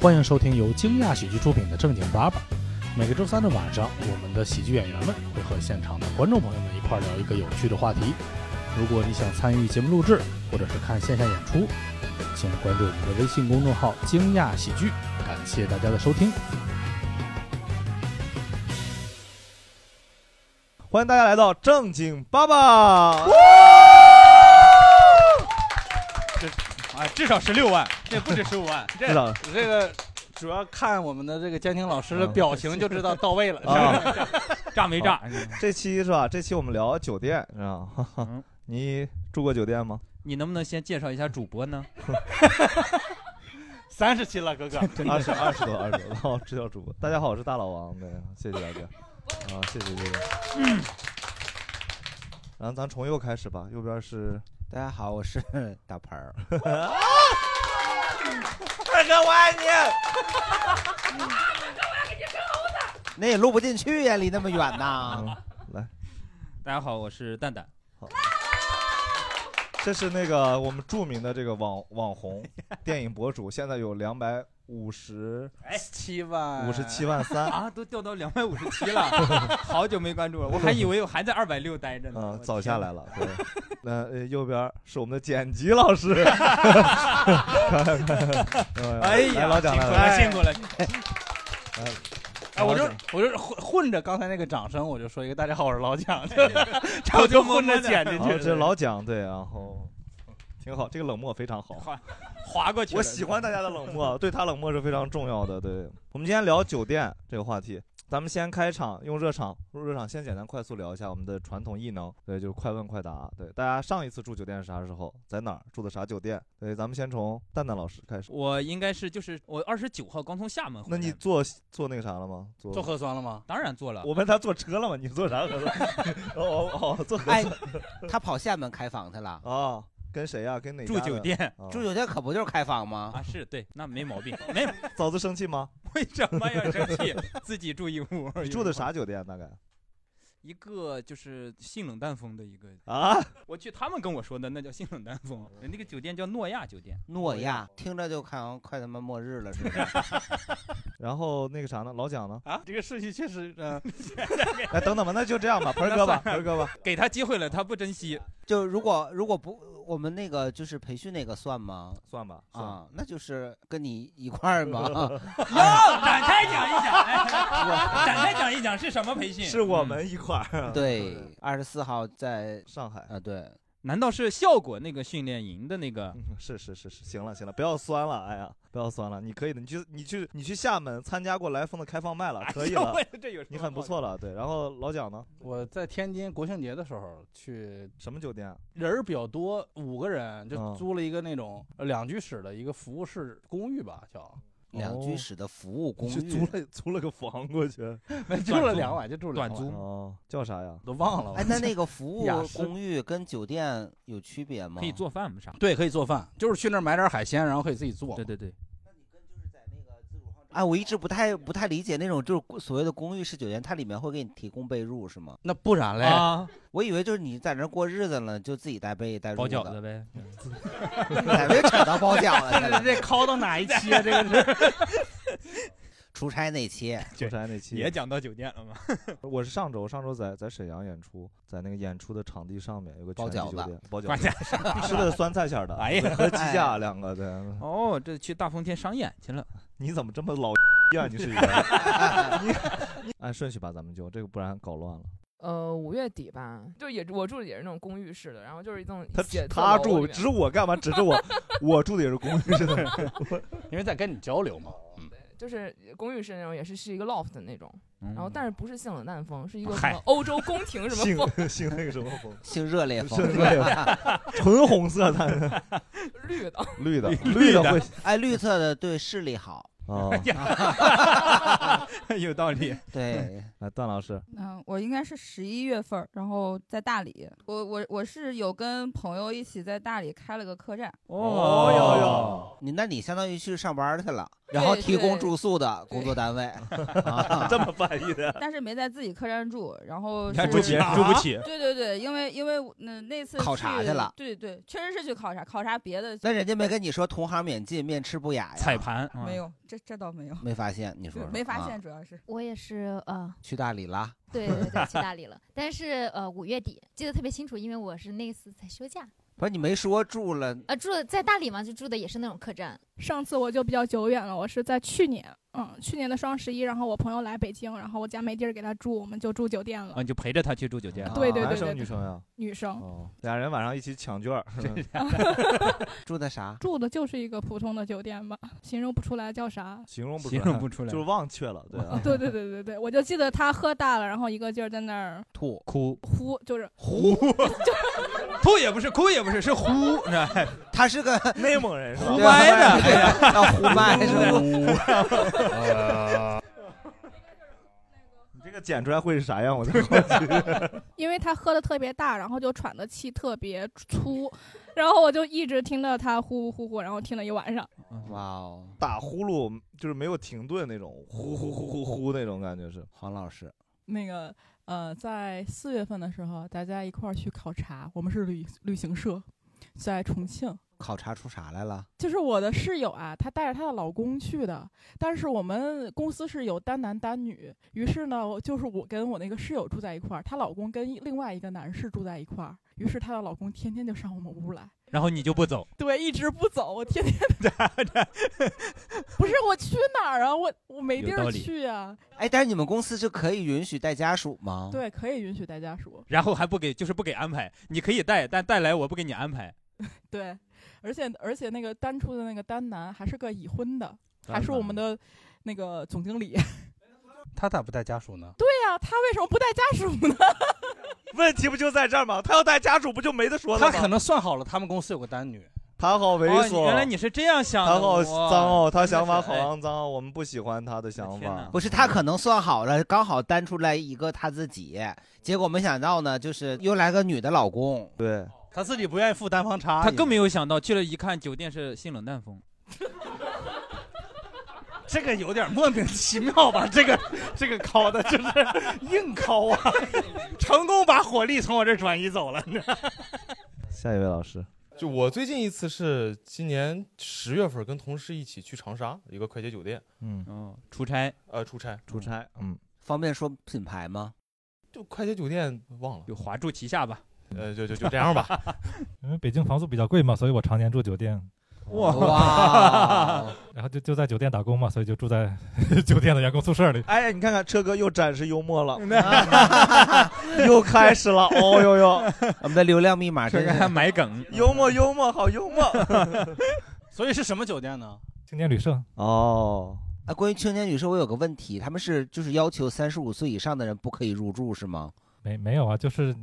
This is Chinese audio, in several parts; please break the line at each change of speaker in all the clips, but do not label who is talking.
欢迎收听由惊讶喜剧出品的《正经八百》。每个周三的晚上，我们的喜剧演员们会和现场的观众朋友们一块儿聊一个有趣的话题。如果你想参与节目录制，或者是看线下演出，请关注我们的微信公众号“惊讶喜剧”。感谢大家的收听。
欢迎大家来到正经爸爸。
啊，至少十六万，这不止十五万，这
至少
这个主要看我们的这个监听老师的表情就知道到位了，
啊
炸没炸？
这期是吧？这期我们聊酒店，是吧？哈
嗯
哈 你住过酒店 吗？
你能不能先介绍一下主播 呢？
三十期了，哥哥，
二十二十多，二十多，哦，知道主播。大家好，我是大老王，对，谢谢大 家，啊，谢谢谢谢。
嗯
然后咱从右开始吧，右边是
大家好，我是大牌 儿。
二哥，我爱你。
那也录不进去呀，离那么远呐。
嗯大家 好，我是蛋蛋。
这是那个我们著名的这个网网 红电影博主，现在有两百五十
哎七万
五十七万三。
啊，都掉到两百五十七 了，好久没关注了，我还以为我还在二百六待着呢。
啊
嗯我，
早
天
下
哪
来了。 对，那呃右边是我们的剪辑老师。 哎
哎呀
来老蒋
辛苦
来来来，
了，辛苦了。哎，我就
老蒋
我就是混混着刚才那个掌声，我就说一个大家好，我是老蒋，我就混着剪进
然
去
后
了，
哦这是老蒋对，然后挺好，这个冷漠非常好。
划过去了。
我喜 欢大家的 冷漠，对他冷漠是非常重要的。对我们今天聊酒店这个话题，咱们先开场用热场，用热场先简单快速聊一下我们的传统异能，对，就是快问快答。对，大家上一次住酒店是啥时候，在哪儿住的啥酒店？对，咱们先从蛋蛋老师开始。
我应该是就是我二十九号刚从厦门回
那
来。
你做做那个啥了吗？做
做核酸了吗？
当然做了，
我问他坐车了吗？你坐啥核酸？ 哦哦哦，坐核
哎
酸，
他跑厦门开房去了，
啊？跟谁呀？跟哪家
住
的
酒？店
啊
住酒店可不就是开房吗？
啊，是对，那没毛病， 没有
嫂子生气吗？
为什么要生气？自己住一屋，
你住的？啥酒店？啊大概
一个就是性冷淡风的一个，
啊？
我去他们跟我说的那叫性冷淡
哦
风，那个酒店叫诺亚酒店。
诺亚，听着就看完快他妈末日了似的。
然后那个啥呢？老蒋呢？
啊，这个顺序确实， 嗯，
哎，等等吧，那就这样吧，盆儿哥吧，盆儿哥吧。
给他机会了，他不珍惜。
就如果如果不，我们那个就是培训那个算吗？
算吧，算。
啊，那就是跟你一块 儿吗？
展开讲一讲，哎，展开讲一讲是什么培训？
是我们一块儿。
嗯对，二十四 号在
上海，
啊，对，
难道是效果那个训练营的那个？
嗯 是是是是，行了行了，不要酸了，哎呀，不要酸了，你可以的，你去你去你去厦门参加过来风的开放麦了，可以了，
哎呦，这有什么
你很不错了，对。然后老蒋呢？
我在天津国庆节的时候去
什么酒店啊？
人儿比较多，五个人就
嗯
租了一个那种呃两居室的一个服务室公寓吧， 叫
两居室的服务公
去
寓
哦租。了租了个房过去。
没住了两
啊
晚，就住了两
短
晚
租
哦，叫啥呀？
都忘了。
哎，那那个服
雅
务
诗
公寓跟酒店有区别吗？
可以做饭吗？啥？
对，可以做饭，就是去那儿买点海鲜，然后可以自己做。
对对对，
哎，我一直不太不太理解那种就是所谓的公寓式酒店，它里面会给你提供被褥是吗？
那不然嘞？
啊，
我以为就是你在那儿过日子了，就自己带被带褥
包
子
饺子，呗。
哪位扯到包饺 子去了？
这考到哪一期啊？这个是
出差 那 期，
出差那期
也讲到酒店了吗？
我是上周，上周在在沈阳演出，在那个演出的场地上面有个
包
全
饺
季酒
子
店，包
关
饺
键
子， 吃的酸菜馅儿的，
哎呀
对和鸡架两个，对。
哦，这去大风天商演去了。
你怎么这么老 哎呀？ 你是 一个，你按顺序吧，咱们就这个，不然搞乱了。
呃，五月底吧，就也我住的也是那种公寓式的，然后就是一栋
他
写字
他
楼
住
里面
指着我干嘛？指着我，我住的也是公寓， 真的。
因为在跟你交流嘛。
就是公寓式那种，也是是一个 loft 的那种，
嗯
然后但
是
是不是性冷淡风，是一个什
嗨
么欧洲宫廷什么风，
姓 姓那个什么风，
性热烈风。
是吧 纯红色的，
绿的，
绿的，
绿
的
的
会
哎，绿色的对视力好，
啊。
有道理。
对，
来，啊哎段 老师，
嗯，我应该是十一月份儿，然后在大理。我我我是有跟朋友一起在大理开了个客栈，
哦
哦
哟
哟，
你那你相当于去上班去了，然后
对
提供
对
住宿的工作单位，啊
这么翻译的，
但是没在自己客栈住，然后
你还
是
住别人住不起，
对对对，因为因为我那那次
考察去了
对对，确实是去考察，考察别的
那人家没跟你说同行免进，面吃不雅呀？
彩盘
嗯
啊
嗯
没有，这这倒没有，
没发现？你说
对
说
没发
啊
现，主要是
我也是呃，
去大理啦？
对对对，去大理了。但是呃，五月底记得特别清楚，因为我是那次才休假，
不是你没说住了，
呃，住在大理嘛，就住的也是那种客栈。
上次我就比较久远了，我是在去年，嗯，去年的双十一，然后我朋友来北京，然后我家没地儿给他住，我们就住酒店了。
啊，你就陪着他去住酒
啊
店。
对对
男
对
生
对
女
对，
生呀？
女生
哦，俩人晚上一起抢券儿，
住的啥？
住的就是一个普通的酒店吧，形容不出来叫啥。
形容不出
形
来，
容不出来，
就是忘却了，对 啊。
对对对对对，我就记得他喝大了，然后一个劲儿在那儿
吐
哭
呼，就是
呼， 吐也不是，哭也不是，是呼，是 吧
他是 个
内蒙人是吧
胡？掰的
对哎呀， 要胡掰是吧？
你这个剪出来会是啥样？我就好奇。
因为他喝的特别大，然后就喘的气特别粗，然后我就一直听到他呼呼呼呼，然后听了一晚上。
哇哦，
打呼噜就是没有停顿那种，呼呼呼呼呼那种感觉是。
黄老师，
那个呃，在四月份的时候，大家一块儿去考察，我们是旅旅行社，在重庆。
考察出啥来了？
就是我的室友啊，她带着她的老公去的，但是我们公司是有单男单女，于是呢，我就是我跟我那个室友住在一块儿，她老公跟另外一个男士住在一块儿，于是她的老公天天就上我们屋来，
然后你就不走，
对，一直不走，我天 天不是我去哪儿啊？我我没地
有道
儿
理
去啊。
哎，但是你们公司就可以允许带家属
哦
吗？，
对，可以允许带家属。
然后还不给，就是不给安排。你可以带，但带来我不给你安排。
对，而且而且那个单出的那个单男还是个已婚的，还是我们的那个总经理。对
他咋不带家属呢？
呀、他为什么不带家属呢？
问题不就在这儿吗？他要带家属，不就没得说了
他
吗？
可能算好了，他们公司有个单女，
他好猥
哦，
琐，
原来你是这样想的，
他好
哇
脏哦，他想法好
真的是哎
肮脏哦，我们不喜欢他的想
天哪
法。
不是他可能算好了，刚好单出来一个他自己，结果没想到呢，就是又来个女的老公。
对，
他自己不愿意付单方差，
他更没有想到，去了一看酒店是性冷淡风，
这个有点莫名其妙吧？这个这个高的就是硬高啊，成功把火力从我这儿转移走了。
下一位老师，
就我最近一次是今年十月份跟同事一起去长沙一个快捷酒店，
嗯，
哦，出差
呃，出差，
出差，嗯，
方便说品牌吗？
就快捷酒店忘了，
就华住旗下吧。
呃，就就就这样 吧。
因为北京房租比较贵嘛，所以我常年住酒店，
哇，
然后就就在酒店打工嘛，所以就住在 酒店的员工宿舍里。
哎，你看看车哥又展示幽 默了，
嗯
又开始了，哦呦呦，
我们的流量密码
这
真
个还
是
埋梗，
幽默幽默，好幽默。
所以是什么酒店呢？
青年旅社，
哦，
啊。关于青年旅社，我有个问题，他们是就是要求三十五岁以上的人不可以入住是吗？
没没有啊，就是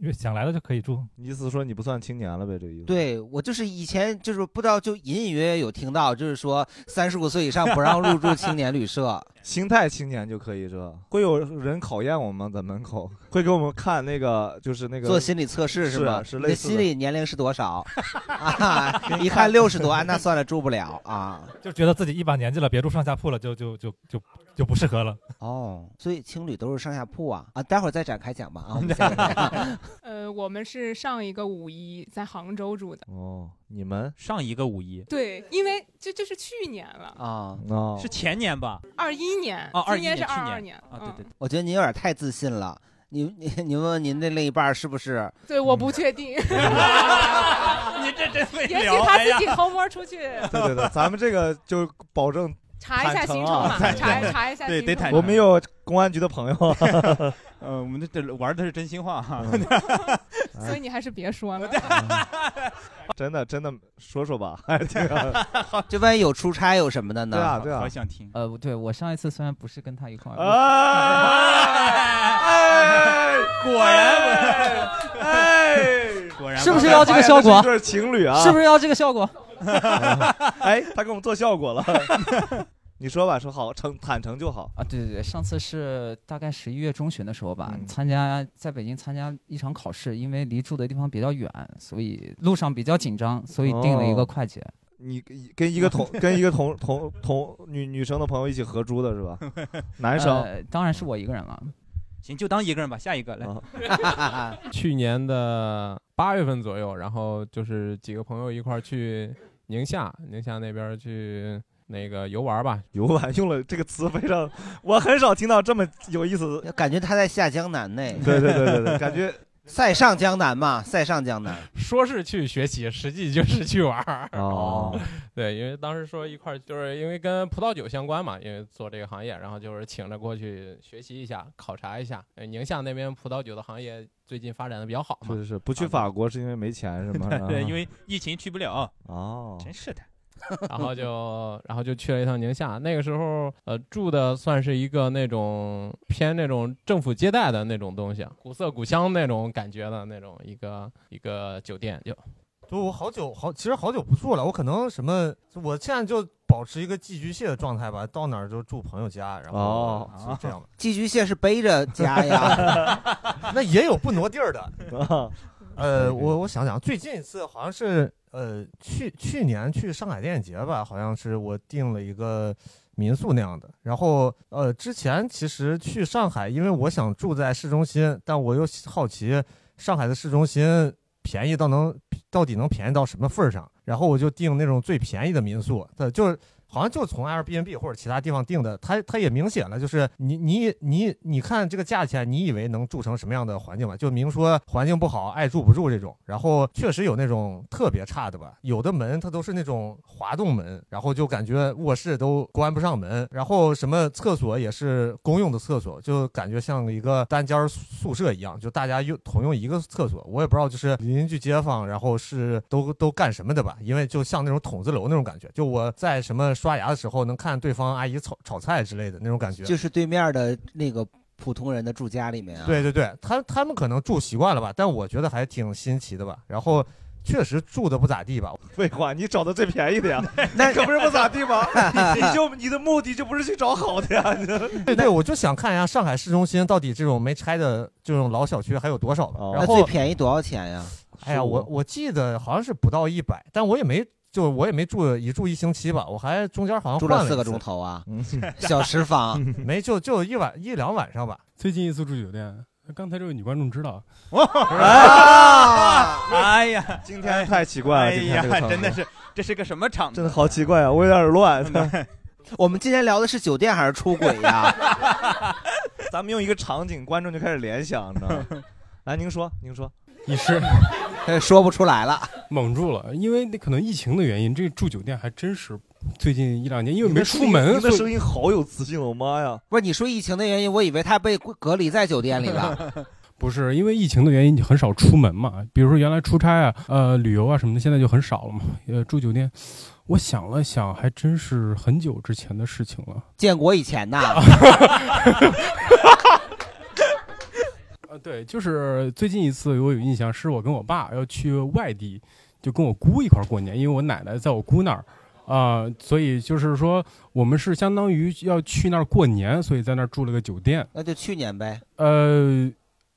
因为想来了就可以住。
你意思说你不算青年了呗？这个意思？，
对我就是以前就是不知道，就隐隐约约有听到，就是说三十五岁以上不让入住青年旅社。
心态青年就可以这。会有人考验我们吗？在 门口会给我们看那个，就是那个
做心理测试
是
吗？
是
你
类
的
似
心
的
理年龄是多 少？啊，一看六十多，啊那算了，住不了啊。
就觉得自己一把年纪了，别住上下铺了，就就就就就不适合了。
哦，所以青旅都是上下铺啊啊，待会儿再展开讲吧啊。我们下一个
呃，我们是上一个五一在杭州住的，
哦，你们
上一个五一
对，因为这这是去年了，
啊，
哦
是前年吧？
二一年
哦，二一
今年是
去
二二
年
年嗯
啊，对对，
我觉得您有点太自信了。你 你你问问您的另一半是不是？
对，对，我不确定， 也
对嗯 你这真会
许
聊，
他
哎呀
自己偷摸出 去
对 对对，咱们这个就保证
查一下行程 嘛，
坦啊
查查一下
对
行
得
程。
坦
我们有公安局 的朋友，
呃，我们这这玩的是真心话
啊
哈。
所以你还是别说 了。
真的真的说说吧， 还挺 好
这万一有出差有什么的呢？
哎啊对啊对啊
好。想听。
呃，对我上一次虽然不是跟他一块
啊 哎，
果然，
哎，
果然
是不是要这个效果
哎这是一对情侣啊，
是要这个效果？
哎，他给我们做效果了。 你说吧，说好，诚坦诚就好。
啊，对对对，上次是大概十一月中旬的时候吧，
嗯
参加在北京参加一场考试，因为离住的地方比较远，所以路上比较紧张，所以定了一
哦
个快捷。
你跟一 个同跟一个同同同女女生的朋友一起合租的 是吧？ 男生、
呃当然是我一个人了。行，就当一个人吧。下一个
哦
来，
去年的八月份左右，然后就是几个朋友一块儿去宁夏，宁夏那边儿去那个游玩儿吧。
游玩用了这个词非常， 我很少听到这么有意思的。
感觉他在下 江南呢。
对对对对对感觉
塞上江南嘛，塞上江南。
说是去学习，实际就是去玩儿。
哦，
对，因为当时说一块儿，就是因为跟葡萄酒相关嘛，因为做这个行业，然后就是请着过去学习一下，考察一下。呃宁夏那边葡萄酒的行业最近发展的比较好嘛，？
是是是，不去法国是因为没钱是吗
对因
为疫情去不了。
啊
哦，
真是的。
然后就然后就去了一趟宁夏。那个时候，呃，住的算是一个那种偏那种政府接待的那种东西，啊古色古香那种感觉的那种一个一个酒店就。
就我好久好，其实好久不住了。我可能什么，我现在就保持一个寄居蟹的状态吧，到哪儿就住朋友家，然后
哦
就这样吧。
寄居蟹是背着家呀，
那也有不挪地儿 的。呃，我我想想，最近一次好像是呃去去年去上海电影节吧，好像是我订了一个民宿那样的。然后呃，之前其实去上海，因为我想住在市中心，但我又好奇上海的市中心便宜到能到底能便宜到什么份儿上，然后我就订那种最便宜的民宿，对，就是。好像就是从 Airbnb 或者其他地方订的，它它也明显了，就是你你你你看这个价钱，你以为能住成什么样的环境吧？就明说环境不好，爱住不住这种。然后确实有那种特别差的吧，有的门它都是那种滑动门，然后就感觉卧室都关不上门，然后什么厕所也是公用的厕所，就感觉像一个单间儿宿舍一样，就大家用同用一个厕所。我也不知道就是邻居街坊，然后是都都干什么的吧？因为就像那种筒子楼那种感觉，就我在什么刷牙的时候能看对方阿姨炒炒菜之类的那种感觉，
就是对面的那个普通人的住家里面啊。
对对对，他他们可能住习惯了吧，但我觉得还挺新奇的吧。然后确实住的不咋地吧。
废话，你找的最便宜的呀，
那
可不是不咋地 吗？你你就你的目的就不是去找好的呀，你这
对对，我就想看一下上海市中心到底这种没拆的这种老小区还有多少吧。然
那
后
最便宜多少钱呀？
哎呀，我我记得好像是不到一百，但我也没就我也没住一住一星期吧，我还中间好像
住了
换
四个
一次 嗯
钟头啊
小
时房
没就就一晚一两晚 上吧。
最近一次住酒店，刚才这位女观众知道。
啊
哎呀，
今天太奇怪了
哎
今天这个
呀
场，合
真的是，这是个什么场子？
真的好奇怪啊，我有点乱。
我们今天聊的是酒店还是出轨呀？
咱们用一个场景，观众就开始联想，你知道吗？来，您说，您说，
你是
哎
说不出来了，
蒙住了，因为那可能疫情的原因，这住酒店还真是最近一两年，因为
你
没
的
出
声音
门，
你的
所以
声音好有磁性，我妈呀！
不是你说疫情的原因，我以为他被隔离在酒店里了。
不是因为疫情的原因，你很少出门嘛。比如说原来出差啊、呃旅游啊什么的，现在就很少了嘛。呃，住酒店，我想了想，还真是很久之前的事情了。
建国以前 呐，
呃，对，就是最近一次我有印象，是我跟我爸要去外地，就跟我姑一块儿过年，因为我奶奶在我姑那儿，啊、所以就是说我们是相当于要去那儿过年，所以在那儿住了个酒店。
那就去年呗。
呃，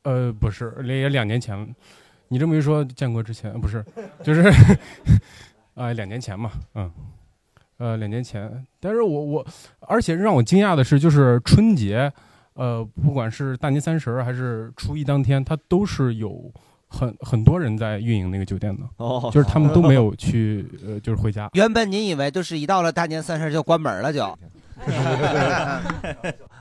呃，不是，也两年前了。你这么一说，建国之前呃不是，就是 啊、两年前嘛，嗯，呃，两年前。但是我我，而且让我惊讶的是，就是春节，呃，不管是大年三十儿还是初一当天，它都是有很很多人在运营那个酒店的，
哦
就是他们都没有去，呃，就是回家。
原本您以为就是一到了大年三十就关门了就。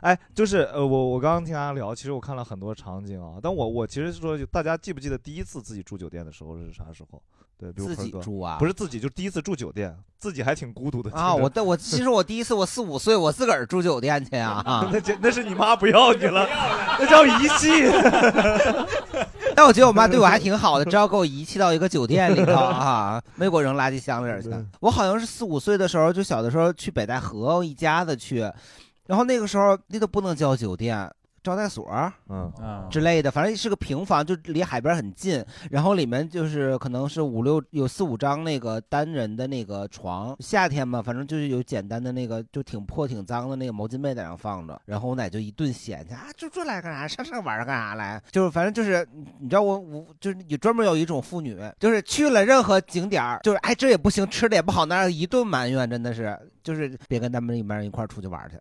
哎，就是呃，我我刚刚听大家聊，其实我看了很多场景啊，但我我其实是说，大家记不记得第一次自己住酒店的时候是啥时候？对，比如
自
坤
己
哥
住啊
不是自己，就第一次住酒店，自己还挺孤独的
啊，我但我其实我第一次我四五岁我自个儿住酒店去啊，
那这那是你妈不要你了，那叫遗弃。
但我觉得我妈对我还挺好的，只要给我遗弃到一个酒店里头啊，没给我扔垃圾箱里儿去。我好像是四五岁的时候，就小的时候去北戴河一家子去，然后那个时候那都不能叫酒店，招待所儿
嗯
啊
之类的，反正是个平房，就离海边很近。然后里面就是可能是五六有四五张那个单人的那个床，夏天嘛，反正就是有简单的那个就挺破挺脏的那个毛巾被在上放着。然后我奶就一顿嫌弃啊，就这来干啥？上上玩儿干啥来？就是反正就是你知道我我就是有专门有一种妇女，就是去了任何景点儿，就是哎这也不行，吃的也不好，那儿一顿埋怨，真的是就是别跟他们一帮人一块儿出去玩儿去。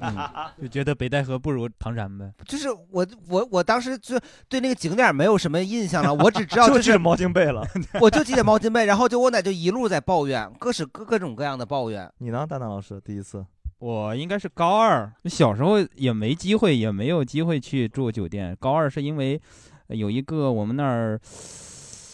嗯就觉得北戴河不如唐山呗。
就是我我我当时就对那个景点没有什么印象了， 我只知道
就记
是
得毛巾被了
我就记得毛巾被，然后就我奶就一路在抱怨，各式各各种各样的抱怨。
你呢，蛋蛋老师？第一次
我应该是高二，小时候也没机会，也没有机会去住酒店。高二是因为呃有一个我们那儿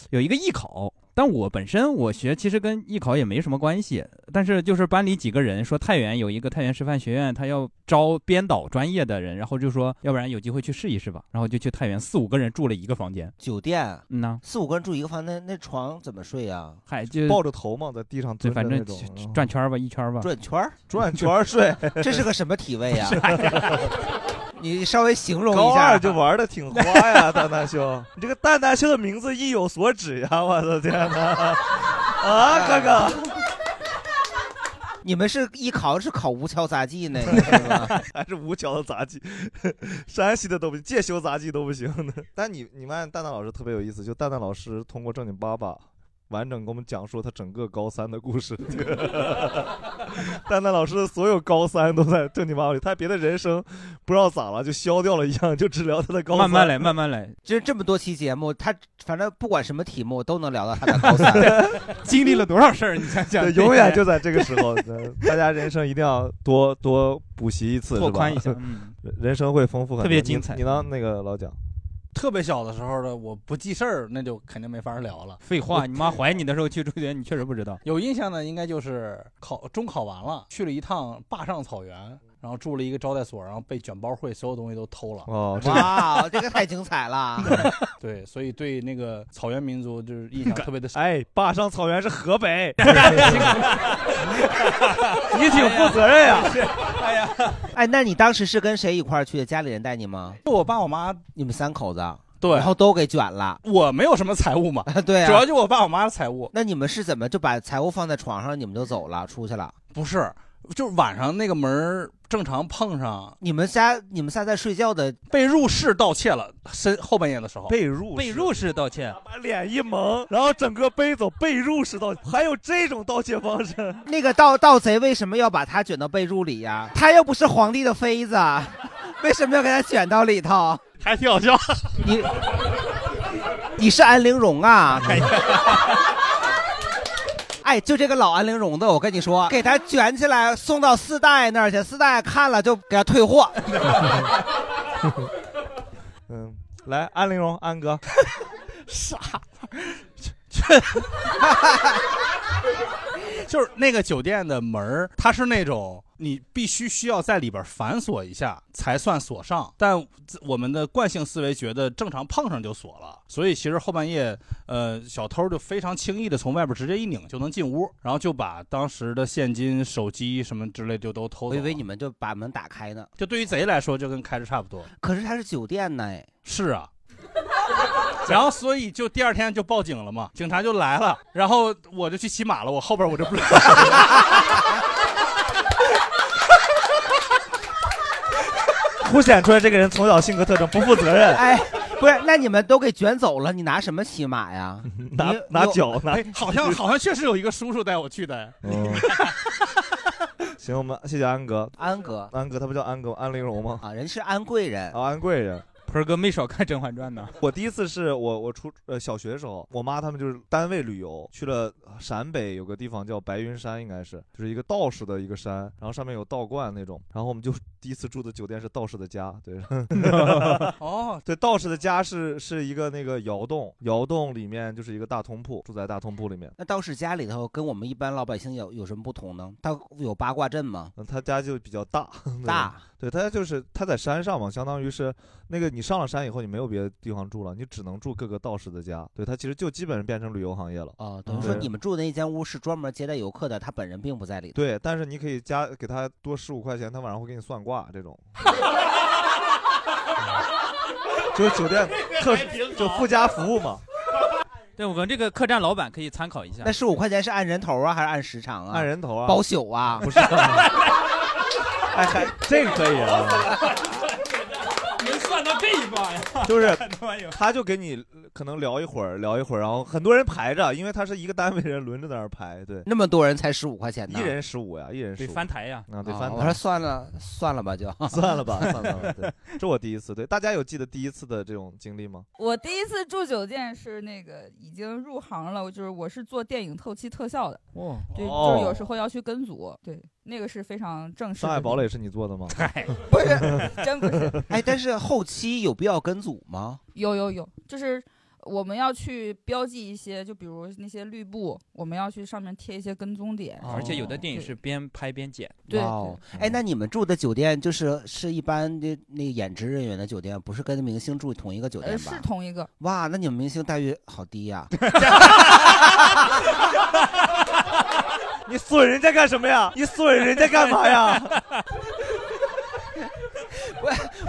有一个艺考，但我本身我学其实跟艺考也没什么关系，但是就是班里几个人说太原有一个太原师范学院，他要招编导专业的人，然后就说要不然有机会去试一试吧，然后就去太原，四五个人住了一个房间，
酒店，
嗯呐。
四五个人住一个房，那那床怎么睡呀、
嗨，就
抱着头嘛，在地上
对，
蹲着
反
那
正
种
就
嗯
转圈儿吧，一圈儿吧，
转圈儿
转圈儿睡
这是个什么体位 呀、
不是
你稍微形容一
高
下
二，就玩的挺花 呀，蛋 蛋兄，你这个蛋蛋兄的名字意有所指呀！我的天 哪，啊，哥哥，
你们是艺考是考无桥杂 技那个是吧？
还是吴桥的杂技， 山西的都不行，介休杂技都不行的。但你你们蛋蛋老师特别有意思，就蛋蛋老师通过正经爸爸。完整给我们讲述他整个高三的故 事。 蛋蛋老师所有高三都在正经八百里，他别的人生不知道咋了就消掉了一样，就只聊他的高三。
慢慢来，慢慢来，
就是这么多期节目，他反正不管什么题目都能聊到他的高三，
经历了多少事儿？你想想
对，永远就在这个时候，呃大家人生一定要多多补习一次，
拓
是吧
宽一下嗯
人人生会丰富很多，
特别
你
精彩
你呢？那个老蒋，
特别小的时候的，我不记事儿，那就肯定没法聊了。
废话，
我
你妈怀你的时候去住院，你确实不知道。
有印象的应该就是考中考完了，去了一趟坝上草原，然后住了一个招待所，然后被卷包会所有东西都偷了。
哦
这
哇，这个太精彩了！
对，所以对那个草原民族就是印象特别的深。
哎，坝上草原是河北，
你
挺负责任呀、
哎，那你当时是跟谁一块儿去的？家里人带你吗？
我爸我妈，
你们三口子，啊
对
然后都给卷了。
我没有什么财务嘛，
对、啊，
主要就我爸我妈的财务。
那你们是怎么就把财务放在床上，你们就走了，出去了？
不是， 就是晚上那个门儿正常碰上，
你们仨你们仨在睡觉的
被入室盗窃了，身后半夜的时候
被入
被入室盗窃，
把 脸一蒙，然后整个背走被入式盗窃，还有这种盗窃方式。
那个盗盗贼为什么要把他卷到被褥里呀、他又不是皇帝的妃子，啊 为什么要给他卷到里头？
还挺好笑。
你你是安陵容 啊？哎，就这个老安陵容的，我跟你说，给他卷起来送到四大爷那儿去，四大爷看了就给他退货。
嗯，来，安陵容，安哥，
傻， 就是那个酒店的门儿，它是那种你必须需要在里边反锁一下才算锁上，但我们的惯性思维觉得正常碰上就锁了，所以其实后半夜，呃，小偷就非常轻易的从外边直接一拧就能进屋，然后就把当时的现金、手机什么之类就都偷走
我以
了。
为你们就把门打开呢，
就对于贼来说，就跟开着差不多。
可是他是酒店呢，哎，
是啊，然后所以就第二天就报警了嘛，警察就来了，然后我就去骑马了，我后边我就不知道。
凸显出来这个人从小性格特征，不负责任。
哎，不是，那你们都给卷走了，你拿什么骑马呀？
拿
你
拿
有
脚拿
哎，好像好像确实有一个叔叔带我去的， 哎
行，我们谢谢安哥，
安哥，
安哥，他不叫安哥吗，安陵容吗？
啊，人是安贵人，
啊，安贵人。
盆儿哥没少看《甄嬛传》呢。
我第一次是我我初呃小学的时候，我妈他们就是单位旅游去了陕北有个地方叫白云山，应该是就是一个道士的一个山，然后上面有道观那种，然后我们就第一次住的酒店是道士的家， 对，
哦，
对，道士的家是是一个那个窑洞，窑洞里面就是一个大通铺，住在大通铺里面。
那道士家里头跟我们一般老百姓有有什么不同呢？他有八卦阵吗？
嗯，他家就比较大
大，
对他就是他在山上嘛，相当于是那个你上了山以后，你没有别的地方住了，你只能住各个道士的家。对他其实就基本上变成旅游行业了
啊。等于说你们住的那间屋是专门接待游客的，他本人并不在里头。
对，但是你可以加给他多十五块钱，他晚上会给你算卦这种。 就是酒店特就附加服务嘛。
对我们这个客栈老板可以参考一下。
那十五块钱是按人头啊，还是按时长啊？
按人头啊
包宿啊？
不是。哎，还这个可以 啊，
能算到这一卦呀？
就是 他就给你可能聊一会儿，聊一会儿，然后很多人排着，因为他是一个单位人轮着在那儿排，对，
那么多人才十五块钱呢，哦
一人十五呀，一人
得
15
翻台呀
啊，得翻台。
我说算了，算了吧就，
算 了吧，算了吧。对，这我第一次，对大家有记得第一次的这种经历吗？
我第一次住酒店是那个已经入行了，我就是我是做电影后期特效的，
哦
对，
哦
就是有时候要去跟组，对，那个是非常正式的。
上海堡垒是你做的吗？
不是， 真不是。
哎，但是后期有必要跟组吗？
有有有，就是我们要去标记一些，就比如那些绿布，我们要去上面贴一些跟踪点。
哦而且有的电影
对
哦
是边拍边剪。
对
哇哦，
嗯
哎，那你们住的酒店就是是一般的那个演职人员的酒店，不是跟明星住同一个酒店
呃，
吧？
是同一个。
哇，那你们明星待遇好低 呀、
你损人家干什 么呀？你损人家干嘛呀？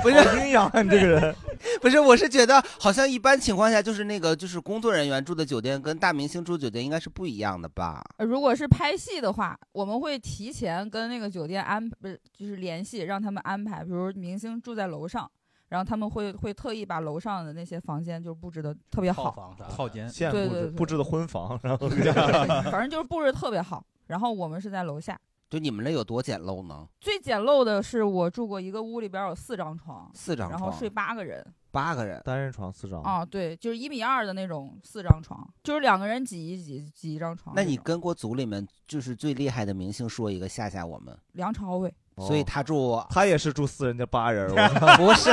不是
阴阳，啊你这个人。
不是，我是觉得好像一般情况下，就是那个就是工作人员住的酒店跟大明星住酒店应该是不一样的吧？
呃如果是拍戏的话，我们会提前跟那个酒店安，不是就是联系，让他们安排，比如明星住在楼上，然后他们会会特意把楼上的那些房间就布置的特别好，
套间
现
对
布
对
置
对
布置的婚房，然后
反正就是布置得特别好。然后我们是在楼下，
就你们那有多简陋呢？
最简陋的是我住过一个屋里边有四张床，
四张
然后
床哦
睡八个人。
八个人，
单人床四张
啊，对，就是一米二的那种四张床，就是两个人挤一挤挤一张床
那
种。
你跟过组里面就是最厉害的明星说一个吓吓我们，
梁朝 伟
哦
所以他住
他也是住四人家八人，
不是，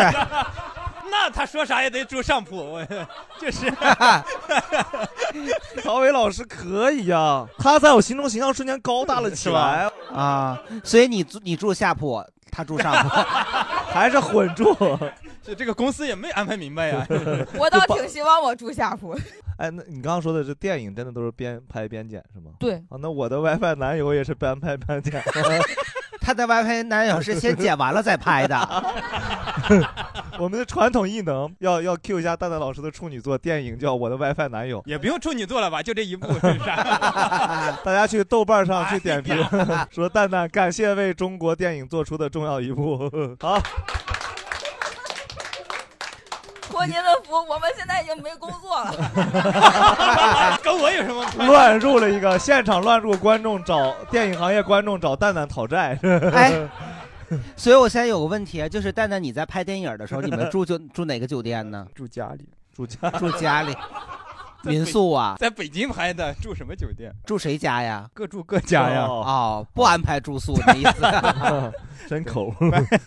那他说啥也得住上铺，我 就是
曹伟老师可以呀、他在我心中形象瞬间高大了起来
啊，所以你住你住下铺，他住上铺，
还是混住。
这这个公司也没安排明 白呀。
我倒挺希望我住下铺。
哎，那你刚刚说的这电影真的都是边拍边剪是吗？
对
啊，那我的 WiFi 男友也是边拍边 剪。
他的 WiFi 男友是哎先剪完了再拍的。
我们的传统异能要要 Q 一下蛋蛋老师的处女作电影，叫《我的 WiFi 男友》，
也不用处女座了吧？就这 一部，
大家去豆瓣上去点评， 说蛋蛋感谢为中国电影做出的重要一步。 好，
托您的福，我们现在已经没工作了。
跟我有什么
乱入了一个现场乱入观众找电影行业观众找蛋蛋讨债。
哎，所以我现在有个问题，啊就是蛋蛋你在拍电影的时候，你们住就住哪个酒店呢？
住家里，
住家
住家 里， 民宿啊，
在北京拍的，住什么酒店？
住谁家呀？
各住各家呀
哦，不安排住宿，你的意 思？
真抠，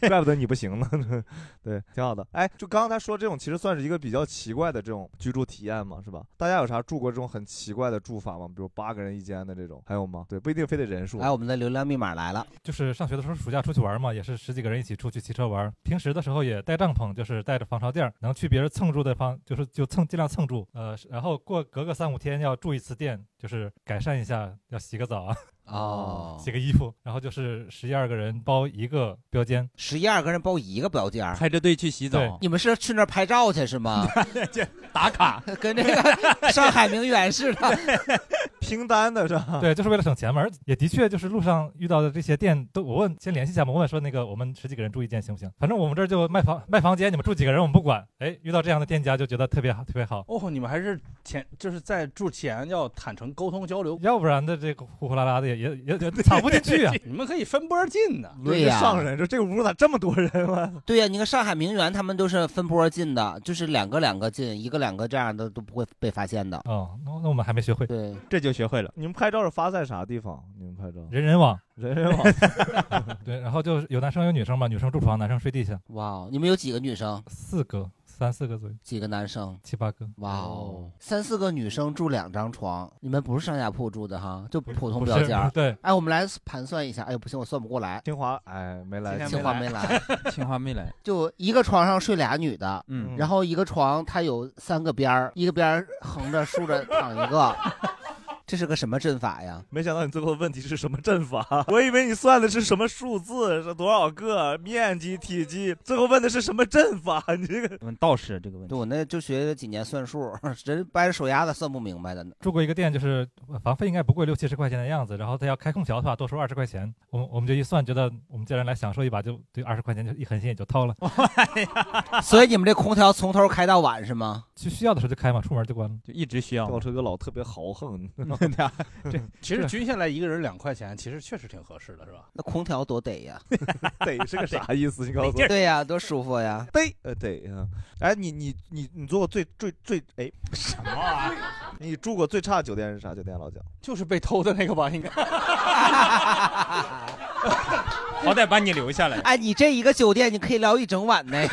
怪不得你不行呢。 对，挺好的。哎，就刚才说这种，其实算是一个比较奇怪的这种居住体验嘛，是吧？大家有啥住过这种很奇怪的住法吗？比如八个人一间的这种，还有吗？对，不一定非得人数。
哎，我们的流量密码来了，
就是上学的时候，暑假出去玩嘛，也是十几个人一起出去骑车玩。平时的时候也带帐篷，就是带着防潮垫儿，能去别人蹭住的方，就是就蹭尽量蹭住。呃，然后过隔个三五天要住一次店，就是改善一下，要洗个澡啊，
哦
洗个衣服，然后就是十一二个人包一 个标间，
十一二个人包一个标间，
排着队去洗
对
澡，
你们是去那儿拍照去是 吗？
打卡，
跟这个上海名媛似的，
拼单的是吧？
对，就是为了省钱嘛。而也的确就是路上遇到的这些店都，我问先联系一下嘛，我问说那个我们十几个人住一间行不行？反正我们这儿就卖房卖房间，你们住几个人我们不管。哎，遇到这样的店家就觉得特别好，特别好。
哦，你们还是前就是在住前要坦诚沟通交流，。
要不然的这个呼呼啦啦的也也也也藏不进去啊
你们可以分波进的，
对呀、
人说这个屋咋这么多人啊？
对呀、你看上海名媛他们都是分波进的，就是两个两个进，一个两个这样的都不会被发现的。
哦，那那我们还没学会，
对，
这就学会了。
你们拍照是发在啥地方？你们拍照？
人人网，
人人网。
对，然后就是有男生有女生嘛，女生住床，男生睡地下，
哇，哦你们有几个女生？
四个三四个左右，
几个男生？
七八个。
哇哦，三四个女生住两张床，你们不是上下铺住的哈，就普通
不是
标间儿。
对
哎，我们来盘算一下。哎呦，不行，我算不过来。
清华，哎，没来
清华没来，
清华没来，
就一个床上睡俩女的，
嗯
然后一个床它有三个边儿，一个边儿横着竖着躺一个，这是个什么阵法呀？
没想到你最后的问题是什么阵法？ 我以为你算的是什么数字，是多少个面积、体积，最后问的是什么阵法？你这个
问道士这个问
题，对我那就学了几年算数， 人掰着手丫子算不明白的呢。
住过一个店，就是呃房费应该不贵，六七十块钱的样子。然后他要开空调的话，多收二十块钱。我们我们就一算，觉得我们既然来享受一把，就对二十块钱就一狠心也就掏了。
所以你们这空调从头开到晚是吗？
就需要的时候就开嘛，出门就关了。
就一直需要。
吊车哥老特别豪横，
对，其实均下来一个人两块钱，其实确实挺合适的，是吧？
那空调多得呀，
得是个啥意思？你告诉我。
对呀、多舒服呀！
得呃得呀。哎，你你你你做过最最最哎什么玩意儿？你住过最差的酒店是啥酒店？老蒋
啊就是被偷的那个吧，应该。
好
歹把你留下来
哎，你这一个酒店你可以聊一整晚呢。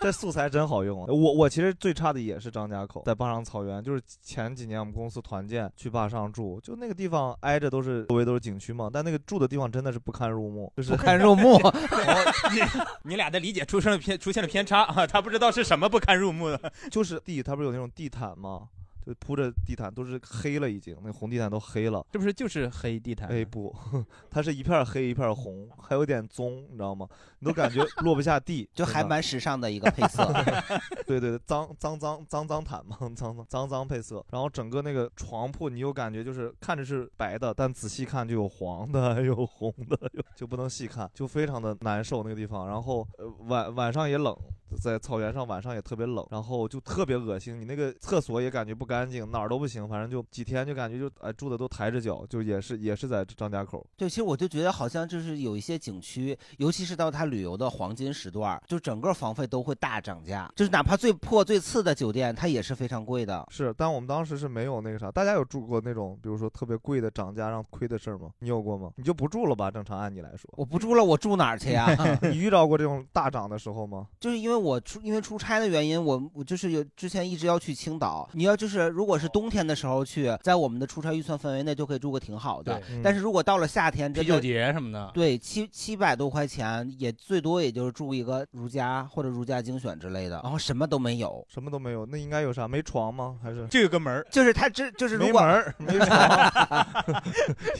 这素材真好用啊！我我其实最差的也是张家口，在坝上草原，就是前几年我们公司团建去坝上住，就那个地方挨着都是周围都是景区嘛，但那个住的地方真的是不堪入目，就是
不堪入目
你俩的理解出现了偏出现了偏差啊，他不知道是什么不堪入目的。
就是地，它不是有那种地毯吗？就铺着地毯都是黑了，已经那红地毯都黑了。
这不是就是黑地毯？
哎不， 它是一片黑一片红，还有点棕，你知道吗？你都感觉落不下地，
就还蛮时尚的一个配色。
对对对，脏脏脏脏脏毯嘛，脏脏脏脏配色。然后整个那个床铺，你又感觉就是看着是白的，但仔细看就有黄的， 有红的，有就不能细看，就非常的难受那个地方。然后、呃、晚晚上也冷，在草原上晚上也特别冷，然后就特别恶心。你那个厕所也感觉不干净，哪儿都不行，反正就几天就感觉就哎、住的都抬着脚，就也是也是在张家口。
对，其实我就觉得好像就是有一些景区，尤其是到它旅游的黄金时段儿，就整个房费都会大涨价，就是哪怕最破最次的酒店，它也是非常贵的。
是，但我们当时是没有那个啥。大家有住过那种，比如说特别贵的涨价让亏的事儿吗？你有过吗？你就不住了吧？正常按你来说，
我不住了，我住哪儿去呀
你遇到过这种大涨的时候吗？
就是因为我出因为出差的原因，我我就是有之前一直要去青岛。你要就是如果是冬天的时候去，在我们的出差预算范围内就可以住个挺好的
对嗯。
但是如果到了夏天，真
啤
的
酒节什么的。
对七七百多块钱，也最多也就是住一个如家或者如家精选之类的，然后什么都没有，
什么都没有。那应该有啥？没床吗？啊还是
这有个门儿，就是他这就是如
没
果
门儿没床，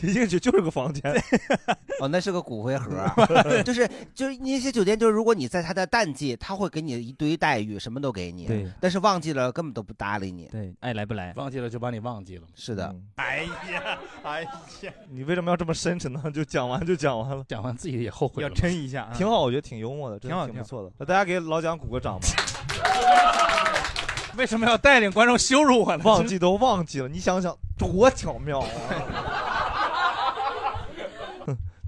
一进去就是个房间。
哦，那是个骨灰盒 儿， 就是就是那些酒店，就是如果你在它的淡季，他会给你一堆待遇，什么都给你，
对
但是旺季了根本都不搭理你，
对，爱来不来，
忘记了就把你忘记了。
是的，
哎呀，哎呀，
你为什么要这么深沉呢？ 就讲完就讲完了，
讲完自己也后悔
要
了嘛
抻一下啊，
挺好，我觉得挺幽默的，真
挺好
的挺
挺
不
好
错的。那大家给老蒋鼓个 掌吧。
为什么要带领观众羞辱我呢？
忘记都忘记了，你想想多巧 妙啊！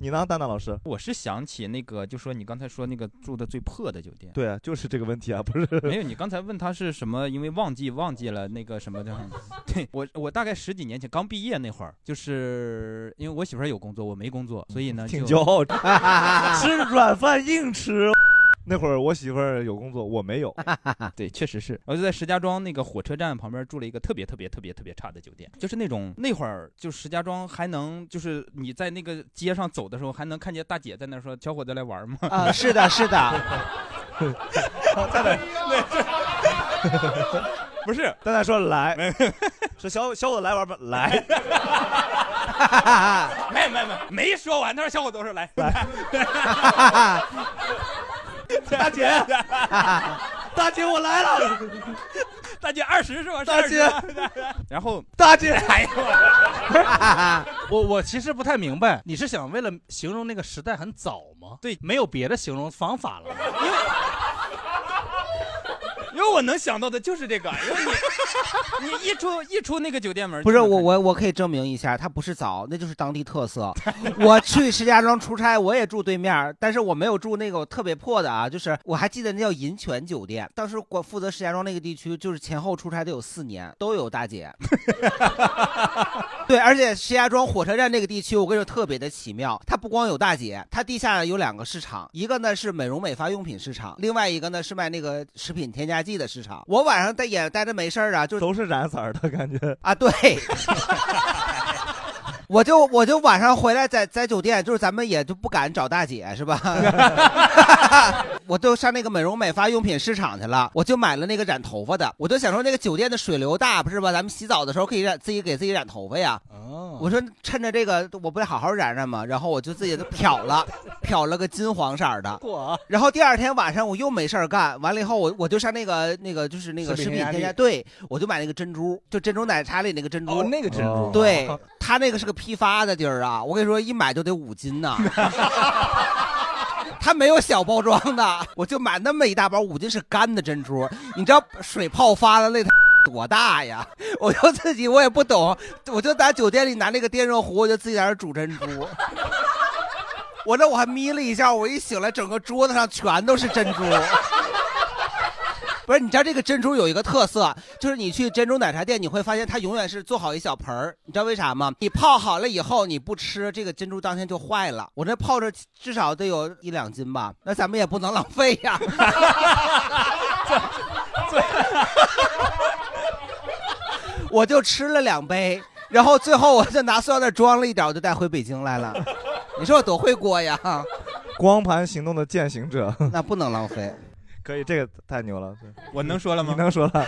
你呢，蛋蛋老师？
我是想起那个，就说你刚才说那个住的最破的酒店，
对啊，就是这个问题啊，不是
没有，你刚才问他是什么，因为忘记忘记了那个什么的。 对我，我大概十几年前刚毕业那会儿，就是因为我媳妇儿有工作，我没工作，所以呢
嗯 挺
就
骄傲， 吃软饭硬吃。那会儿我媳妇儿有工作，我没有。
对，确实是。我就在石家庄那个火车站旁边住了一个特别特别特别特别差的酒店，就是那种那会儿就石家庄还能就是你在那个街上走的时候，还能看见大姐在那说：“小伙子来玩儿吗？”
啊是的是 的
在哪？
不是，
蛋蛋说来， 说小小伙子来玩吧，来。
没没没没说完，他说小伙子我说来，
大 姐，大姐我来了，
大姐二十是吧？
大姐
然 后
大 姐，
哎
呀，哎 我我其实不太明白，你是想为了形容那个时代很早吗？
对，
没有别的形容方法了。
因为我能想到的就是这个，哎因为
你你一出一出那个酒店门，
不是我我我可以证明一下，它不是早，那就是当地特色。我去石家庄出差，我也住对面儿，但是我没有住那个特别破的啊，就是我还记得那叫银泉酒店，当时我负责石家庄那个地区，就是前后出差得有四年，都有大姐。对，而且石家庄火车站这个地区，我跟你说特别的奇妙，它不光有大姐，它地下有两个市场，一个呢是美容美发用品市场，另外一个呢是卖那个食品添加剂的市场。我晚上在也待着没事儿啊，就
都是染色儿的感觉
啊，对。我就我就晚上回来在在酒店，就是咱们也就不敢找大姐是吧？ 我就上那个美容美发用品市场去了，我就买了那个染头发的，我就想说那个酒店的水流大不是吧？咱们洗澡的时候可以染自己给自己染头发呀。我说趁着这个，我不得好好染染吗？然后我就自己就漂了，漂了个金黄色儿的。
啊
然后第二天晚上我又没事儿干，完了以后我我就上那个那个就是那个
食
食
品
品
添加
添加
剂
对，我就买那个珍珠，就珍珠奶茶里那个珍珠。哦，
那个珍珠
对，它那个是个批发的地儿啊，我跟你说，一买就得五 斤呐、它没有小包装的，我就买那么一大包，五斤是干的珍珠，你知道水泡发的那多大呀？ 我就自己我也不懂，我就在酒店里拿那个电热壶，我就自己在那儿煮珍珠。我这我还眯了一下，我一醒来，整个桌子上全都是珍珠。 不是，你知道这个珍珠有一个特色，就是你去珍珠奶茶店，你会发现它永远是做好一小盆儿，你知道为啥吗？你泡好了以后你不吃，这个珍珠当天就坏了。我这泡着至少得有一两斤吧，那咱们也不能浪费呀。 我就吃了两杯，然后最后我就拿塑料袋装了一点，我就带回北京来了。你说我多会过 呀？
光盘行动的践行者，
那不能浪费。
可以，这个太牛了。
我能说了吗？
你能说了。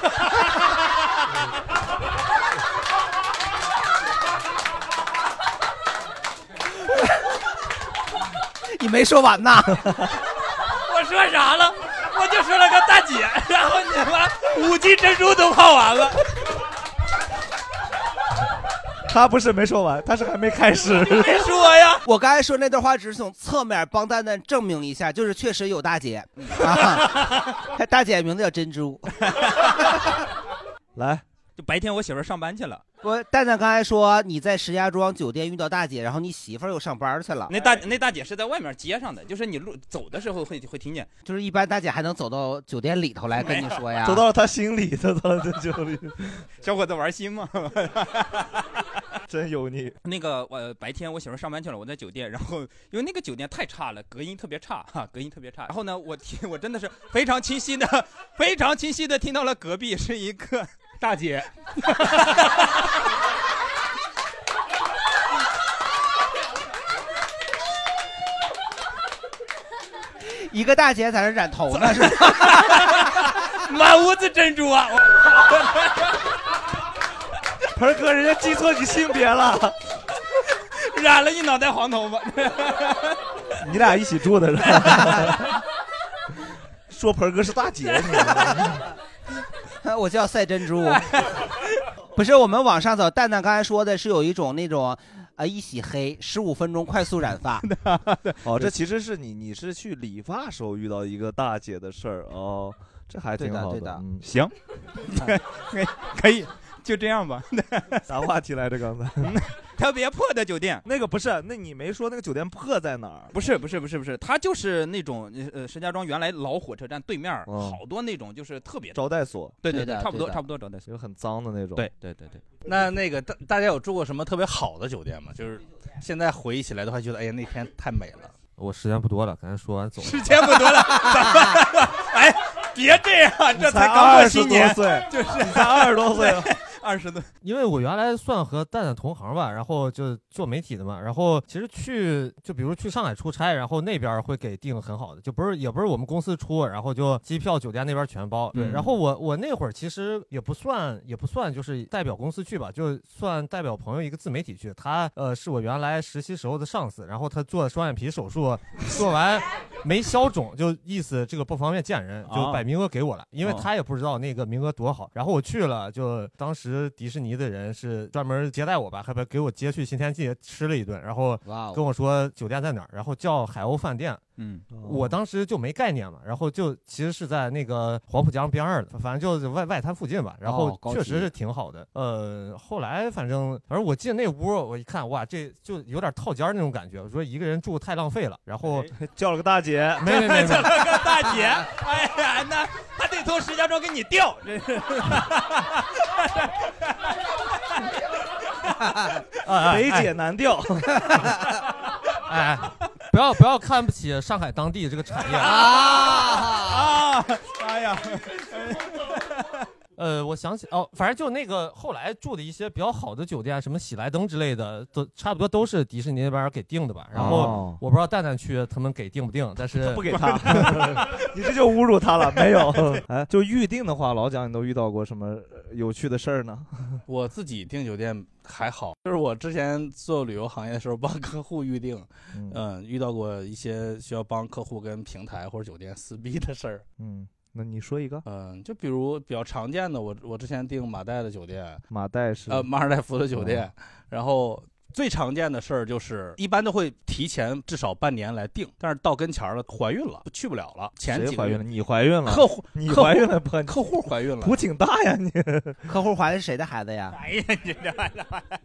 你没说 完呐。
我说啥了？我就说了个大姐，然后你妈五斤珍珠都泡完了。
他不是没说完，他是还没开始。
说呀，
我刚才说那段话只是从侧面帮蛋蛋证明一下，就是确实有大姐，啊、大姐名字叫珍珠。
来，
就白天我媳妇儿上班去了，
我蛋蛋刚才说你在石家庄酒店遇到大姐，然后你媳妇儿又上班去
啊
了。
那大那大姐是在外面街上的，就是你路走的时候会会听见。
就是一般大姐还能走到酒店里头来跟你说呀？
走到
了她心里，走到了她酒里。
小伙子玩心吗？
真油腻。
那个我、白天我媳妇儿上班去了，我在酒店，然后因为那个酒店太差了，隔音特别差哈，隔音特别差。然后呢，我听我真的是非常清晰的，非常清晰的听到了隔壁是一个大姐，
一个大姐在那染头呢，是吧？
满屋子珍珠啊！
盆儿哥，人家记错你性别了，
染了一脑袋黄头发。
你俩一起住的是吧？说盆儿哥是大姐，你
我叫赛珍珠。不是，我们往上走。蛋蛋刚才说的是有一种那种，呃，一洗黑十五分钟快速染 发。
哦，这其实是你，你是去理发时候遇到一个大姐的事儿哦，这还挺好
对的对的
嗯，
行， 可以，就这样吧。
啥话题来着？刚才
特别破的酒店，
那个不是，那你没说那个酒店破在哪儿？
不是不是不是不是，它就是那种呃石家庄原来老火车站对面儿
嗯
好多那种就是特别
招待所，
对对对对的差不多对的差不多招待所，
有很脏的那种。
对对对对，
那那个大大家有住过什么特别好的酒店吗？就是现在回忆起来的话，觉得哎呀那天太美 了。
我时间不多了，咱说完总
时间不多 了，咱们哎，别这样，这刚过新年，就是对 二十多。
啊因为我原来算和蛋蛋同行吧，然后就做媒体的嘛，然后其实去就比如去上海出差，然后那边会给定很好的，就不是也不是我们公司出，然后就机票、酒店那边全包。对，
嗯
然后我我那会儿其实也不算也不算就是代表公司去吧，就算代表朋友一个自媒体去。他呃是我原来实习时候的上司，然后他做双眼皮手术，做完没消肿，就意思这个不方便见人，就
啊
把名额给我了，因为
哦
他。他也不知道那个名额多好。然后我去了，就当时迪士尼的人是专门接待我吧，还把给我接去新天地吃了一顿，然后
哇哦
跟我说酒店在哪儿，然后叫海鸥饭店。
嗯，
哦
哦
我当时就没概念嘛，然后就其实是在那个黄浦江边儿的，反正就是外外滩附近吧。然后
哦高级
确实是挺好 的。呃，后来反正反正我进那屋，我一看，哇，这就有点套间儿那种感觉。我说一个人住太浪费了，然后
哎叫了个大姐，
没没没
叫
没
了。个大姐，哎呀，那还得从石家庄给你调， 这是。
哎
北
北姐南 调。
哎，不要不要看不起上海当
啊
地这个产业
啊啊！哎呀，
呃，我想起哦，反正就那个后来住的一些比较好的酒店，啊什么喜来登之类的，都差不多都是迪士尼那边给定的吧。然后
哦
我不知道蛋蛋去他们给定不定，但是
不给他， 你这就侮辱他了。没有，哎，就预定的话，老蒋你都遇到过什么呃有趣的事儿呢？
我自己订酒店还好，就是我之前做旅游行业的时候，帮客户预定，
嗯
嗯、遇到过一些需要帮客户跟平台或者酒店撕逼的事儿。
嗯，那你说一个，
嗯，就比如比较常见的，我我之前订马代的酒店，
马代是哦
呃马尔代夫的酒店，然后最常见的事儿就是，一般都会提前至少半年来订，但是到跟前儿了，怀孕了去不了了，前
谁
几个
怀
月
孕了你怀孕了
客户
你
客户
怀孕了不
客户怀 孕了，
图挺大呀你。
客户怀的是谁的孩子呀？
哎呀，你这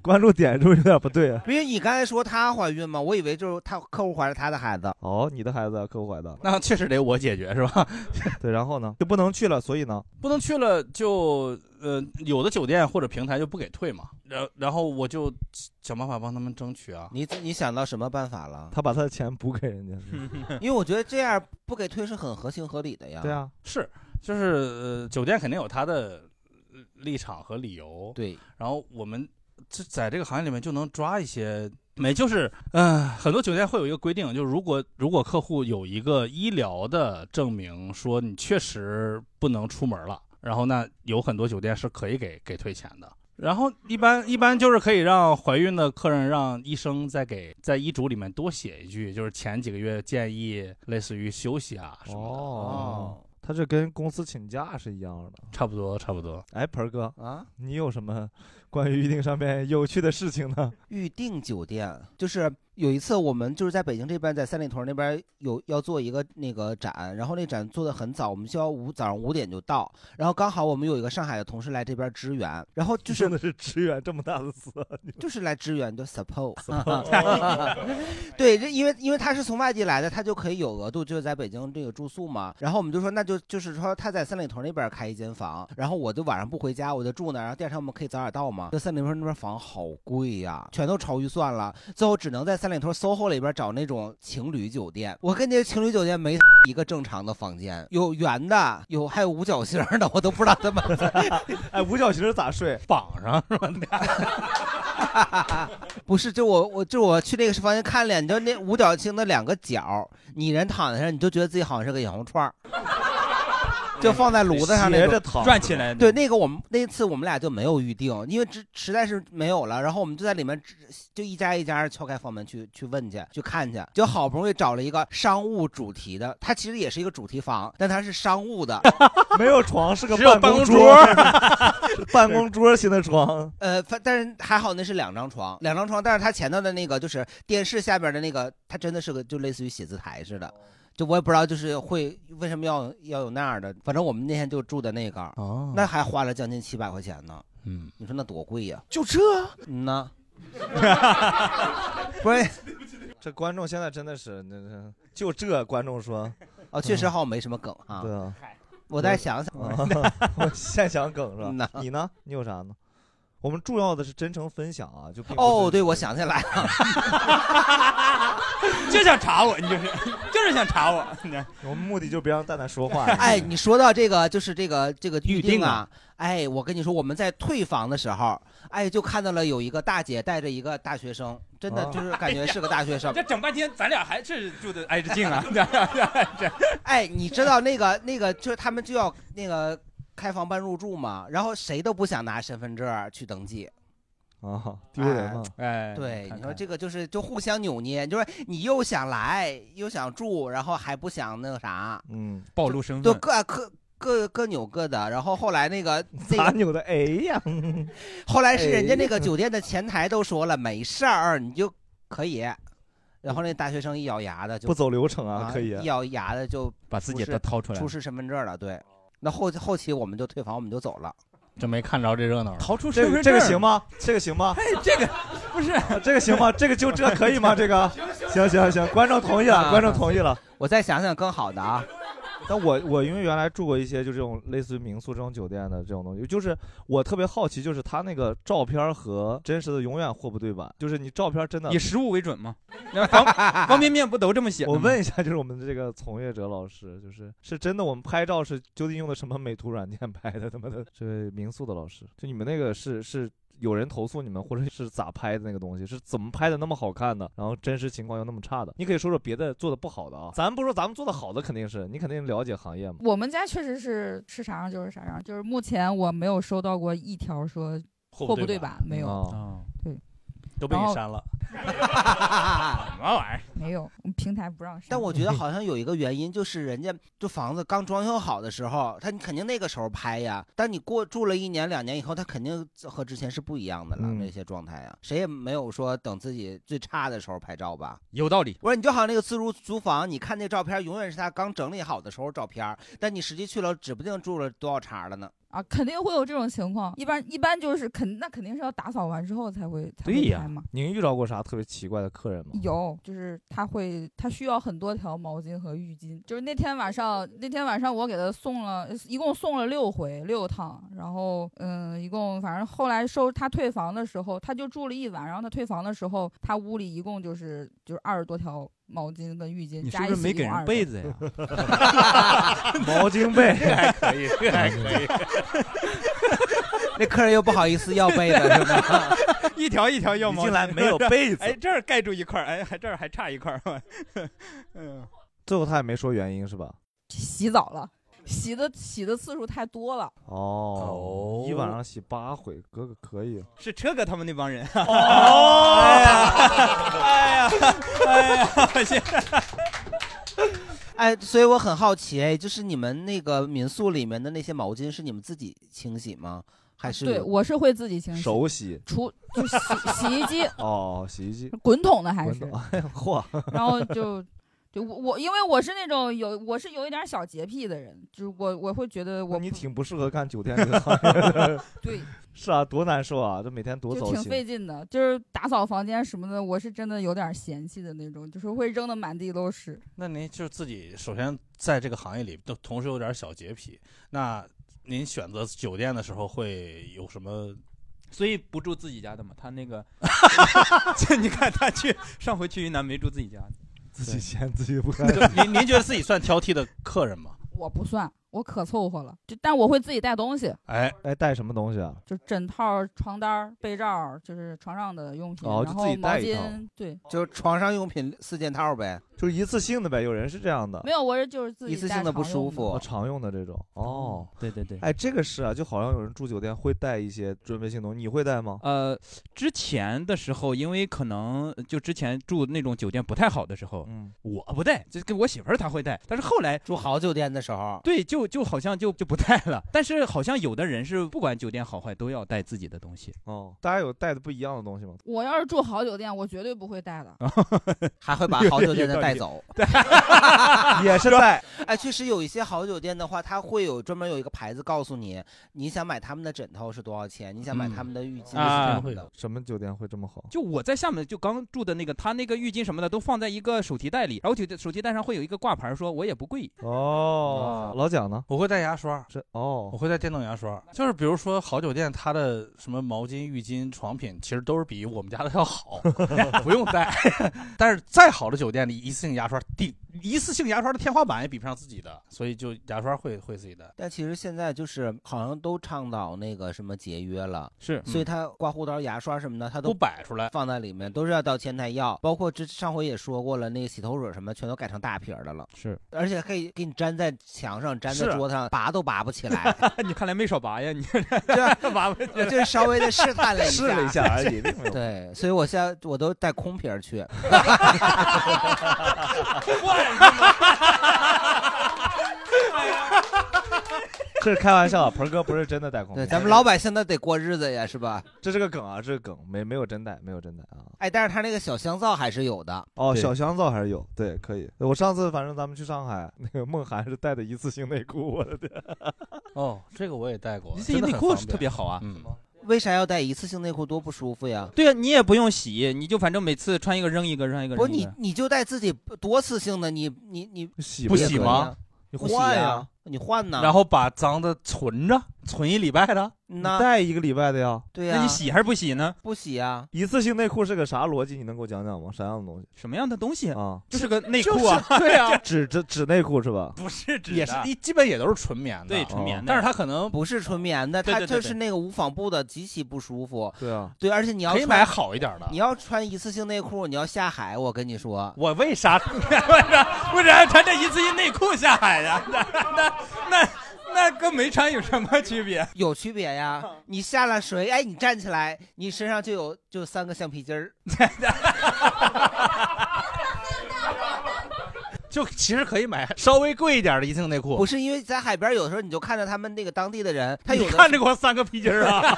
关注点是不是有点不对啊？
因为你刚才说她怀孕嘛，我以为就是她客户怀着她的孩子。
哦，你的孩子啊客户怀的，
那确实得我解决是吧？
对，然后呢就不能去了，所以呢，
不能去了就呃，有的酒店或者平台就不给退嘛，然然后我就想办法帮他们争取啊。
你你想到什么办法 了？
他把他的钱补给人家。
嗯
因为我觉得这样不给退是很合情合理的呀。，，
是就是呃，酒店肯定有他的呃立场和理由。
对，
然后我们这在这个行业里面就能抓一些。没，就是，嗯、很多酒店会有一个规定，就是如果如果客户有一个医疗的证明，说你确实不能出门了，然后那有很多酒店是可以给给退钱的。然后一般一般就是可以让怀孕的客人让医生再给在医嘱里面多写一句，就是前几个月建议类似于休息啊什么的。
哦，他这跟公司请假是一样的，
差不多差不多。
哎，盆儿哥
啊，
你有什么关于预定上面有趣的事情呢？
预订酒店就是有一次我们就是在北京这边，在三里屯那边有要做一个那个展，然后那展做的很早，我们需要五早上五点就到，然后刚好我们有一个上海的同事来这边支援，然后就是
真的是支援这么大的词，啊
就是来支援的 support，
support
对，这因为因为他是从外地来的，他就可以有额度，就是在北京这个住宿嘛。然后我们就说，那就就是说他在三里屯那边开一间房，然后我就晚上不回家，我就住那儿，然后第二天我们可以早点到嘛。这三里屯那边房好贵呀、全都超预算了，最后只能在三里屯 SOHO 里边找那种情侣酒店。我跟那些情侣酒店没 一个正常的房间，有圆的，有还有五角星儿的，我都不知道 他们。
哎，五角星咋睡？
绑上是吧？
不是，就我我就我去那个房间看了，你知道那五角星的两个角，你人躺在上，你就觉得自己好像是个羊肉串儿，就放在炉子上那
斜着
种
躺转起来
对，那个我们那次我们俩就没有预定，因为这实在是没有了，然后我们就在里面只就一家一家敲开房门去去问去去看去，就好不容易找了一个商务主题的，它其实也是一个主题房，但它是商 务的，
没有床，是个
只有
办
办
公
公桌
是 办公桌型的床。
呃，反但是还好那是两张床，两张床，但是它前头的那个就是电视下边的那个，它真的是个就类似于写字台似的，就我也不知道就是会为什么要要有那样的，反正我们那天就住的那个，
哦
那还花了将近七百块钱呢，
嗯，
你说那多贵呀、
就这？
嗯呐， 不是，
这观众现在真的是，那那就这观众说，
哦，确实好像没什么梗啊，
对啊，
我再想想，
啊 我现想梗 是
嗯
吧
呐？
你呢？你有啥呢？我们重要的是真诚分享啊，就并不
哦，
是
对，我想起来了，
就想查我，你就是就是想查我。
我们目的就别让蛋蛋说话。
哎，你说到这个，就是这个这个预
定
定
啊
啊，哎，我跟你说，我们在退房的时候，哎，就看到了有一个大姐带着一个大学生，真
哦
的就是感觉是个大学 生。
这整半天，咱俩还是住的挨着近 啊。
哎，你知道那个那个，就是他们就要那个开房办入住嘛，然后谁都不想拿身份证儿去登记。
啊，丢人了。
哎
嗯对，你说这个就是就互相扭捏，就是你又想来又想住，然后还不想那个啥，
嗯，
暴露身
就各啊各各各扭各的。然后后来那 个那
咋
个
扭的？哎呀， 哎
后来是人家那个酒店的前台都说了，没事儿，你就可以。然后那大学生一咬牙的就
不走流程啊可以
一咬牙的就
把自己
出
的
示
掏出来
出
了
示身份证了。对，那后后期我们就退房，我们就走了。
就没看着这热闹。
逃出
这个这个行？吗？这个行吗？啊
这 个不是
这个行吗？这个就这可以吗？这个行行行，观众同意了，观众同意了。
我再想想更好的啊。
但我我因为原来住过一些就这种类似于民宿这种酒店的这种东西，就是我特别好奇，就是它那个照片儿和真实的永远货不对版，就是你照片儿真的
以实物为准嘛。 那 方方便面不都这么写的
我
吗？
问一下，就是我们的这个从业者老师，就是是真的，我们拍照是究竟用的什么美图软件拍的？他妈的，这位民宿的老师，就你们那个是是有人投诉你们，或者是咋拍的那个东西，是怎么拍的那么好看的，然后真实情况又那么差的？你可以说说别的做的不好的啊，咱不说咱们做的好的，肯定是你肯定了解行业嘛。
我们家确实是是啥样就是啥样，就是目前我没有收到过一条说货
货不
不
对
对
版
版，没有。
哦
嗯
对，
都被
然
你
后
删了。
什
么玩意儿？
没有，我们平台不让删。
但我
嗯
觉得好像有一个原因，就是人家就房子刚装修好的时候，他你肯定那个时候拍呀。但你过住了一年两年以后，他肯定和之前是不一样的了，
嗯
那些状态呀，谁也没有说等自己最差的时候拍照吧。
有道理。
我说你就好像那个自如租房，你看那照片永远是他刚整理好的时候照片，但你实际去了，指不定住了多少茬了呢。
啊，肯定会有这种情况。一般一般就是肯那肯定是要打扫完之后才会才
对
会
呀
拍嘛。，
您遇到过啥特别奇怪的客人吗？
有，就是他会，他需要很多条毛巾和浴巾。就是那天晚上，那天晚上我给他送了，一共送了六回六趟，然后嗯，一共反正后来收他退房的时候，他就住了一晚，然后他退房的时候，他屋里一共就是就是二十多条毛巾跟浴巾，
你是
加
不
一
是
起
没
一
给
共20
人被
多？
子呀
毛巾 被
这还可以，这还可以。
那客人又不好意思要被子是吧？
一条一条要毛巾，
进来没有被子
哎，这儿盖住一块儿，哎，还这儿还差一块儿，嗯，
最后他也没说原因是吧？
洗澡了，洗的洗的次数太多了。
哦，一晚上洗八回，哥哥可以。
是车哥他们那帮人。啊
哦
哎呀，哎呀，哎呀，现在
哎，所以我很好奇，哎，就是你们那个民宿里面的那些毛巾是你们自己清洗吗？还是
对，我是会自己清洗，
手洗
除就洗洗衣机
哦，洗衣机
滚筒的还
滚
是
筒哎呀嚯，
然后就呃就我我因为我是那种有我是有一点小洁癖的人，就是我我会觉得我。
你挺不适合干酒店这个行业的
对，
是啊，多难受啊！这每天多
就
糟
挺
心。
费劲的，就是打扫房间什么的，我是真的有点嫌弃的那种，就是会扔的满地都是。
那您就是自己首先在这个行业里，都同时有点小洁癖。那您选择酒店的时候会有什么？
所以不住自己家的嘛，他那个， 这你看他去上回去云南没住自己家，
自己嫌自己不干。
就您您觉得自己算挑剔的客人吗？
我不算，我可凑合了，就但我会自己带东西，
哎
哎，带什么东西啊？
就枕套、床单儿、被罩儿，就是床上的用品，
哦，就
然
自
后
己
毛
带一套
巾，，对，
就床上用品四件套呗，
就是一次性的呗。有人是这样的，
没有，我是就是自己带常用
服
哦常用的这种。哦，
对对对
哎，这个是啊，就好像有人住酒店会带一些准备性东西，你会带吗？
呃，之前的时候，因为可能呃就之前住那种酒店不太好的时候，
嗯，
我不带，就跟我媳妇儿她会带，但是后来
住好酒店的时候，
对，就就好像就就不带了。 但是好像有的人是不管酒店好坏都要带自己的东西。
哦，大家有带的不一样的东西吗？
我要是住好酒店，我绝对不会带的。
还 会把好酒店的带走，
也是带。
哎，确实有一些好酒店的话，它会有专门有一个牌子告诉你，你想买他们的枕头是多少钱，你想
嗯
买他们的
啊
浴巾是
啊
什么的。
什么酒店会这么 好？
就我在厦门就刚住的那个，他那个浴巾什么的都放在一个手提袋里，然后就手提袋上会有一个挂牌，说我也不贵。
哦，老蒋呢？
我会带牙刷，
这哦，
我会带电动牙刷。就是比如说好酒店，它的什么毛巾、浴巾、床品，其实都是比我们家的要好， 不用带。 但是再好的酒店里，一次性牙刷顶，一次性牙刷的天花板也比不上自己的，所以就牙刷会会自己带。
但其实现在就是好像都倡导那个什么节约了，
是嗯
所以它刮胡刀、牙刷什么的，它都
都摆出来
放在里面，都是要到前台要。包括这上回也说过了，那个洗头水什么全都改成大瓶儿的了，
是，
而且可以给你粘在墙上、粘在
是
桌上，拔都拔不起来。
你看来没少拔呀，你 拔不起来
就是稍微的试探了一下，
试了一下而 已
对，所以我现在我都带空瓶儿 去。
这是开玩笑，盆儿哥不是真的带空
对，
瓶。
咱们老百姓那得过日子呀，是吧？
这是个梗啊，这是个梗，没没有真带，没有真带啊。
哎，但是他那个小香皂还是有的。
哦，小香皂还是有，对，可以。我上次反正咱们去上海， 那个梦涵是带的一次性内裤，我的天。
哦，这个我也带过，
这内裤是特别好啊。
嗯，
为啥要带一次性内裤？多不舒服呀！
对啊，你也不用洗，你就反正每次穿一个扔一个，扔一个
不
扔
是你
一个。
你就带自己多次性的，你你你
洗啊
不洗吗？
你
不洗
换
啊
呀
你换呐。
然后把脏的存着，存一礼拜的，
那
你带一个礼拜的呀。
对呀那你洗还
是不洗呢？
不洗啊呀。
一次性内裤是个啥逻辑？你能给我讲讲吗？啥样的东西？
什么样的东西
啊？
就是个内裤啊
就是
对啊
纸纸纸内裤是吧？
不是
也是一基本也都是纯棉的，
对纯棉的
但是它可能
哦不是纯棉的，
对
它
对对
就是
对
那个无纺布的，极其不舒服。
对啊，
对，而且你要
可以
穿
买好一点的
你要穿一次性内裤，你要下海，我跟你说。
我为啥？
不然穿这一次性内裤下海呀、那那那 那跟没穿有什么区别？
有区别呀！
啊
你下了水，哎，你站起来，你身上就有就三个橡皮筋儿。
就其实可以买稍微贵一点的一次性内裤。
不是因为在海边，有的时候你就看着他们那个当地的人，他有
你
的
看着给我三个皮筋儿 啊！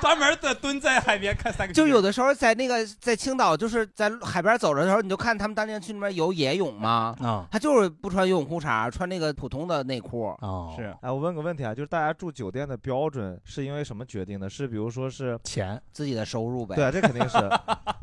专门的蹲在海边看 三个。
就有的时候在那个在青岛，就是在海边走着的时候，你就看他们当年去那边游野泳嘛，
啊，
他就是不穿游泳裤衩，穿那个普通的内裤。
哦
是。哎，我问个问题啊，就是大家住酒店的标准是因为什么决定的？是比如说是
钱，
自己的收入呗
对啊，这肯定 是。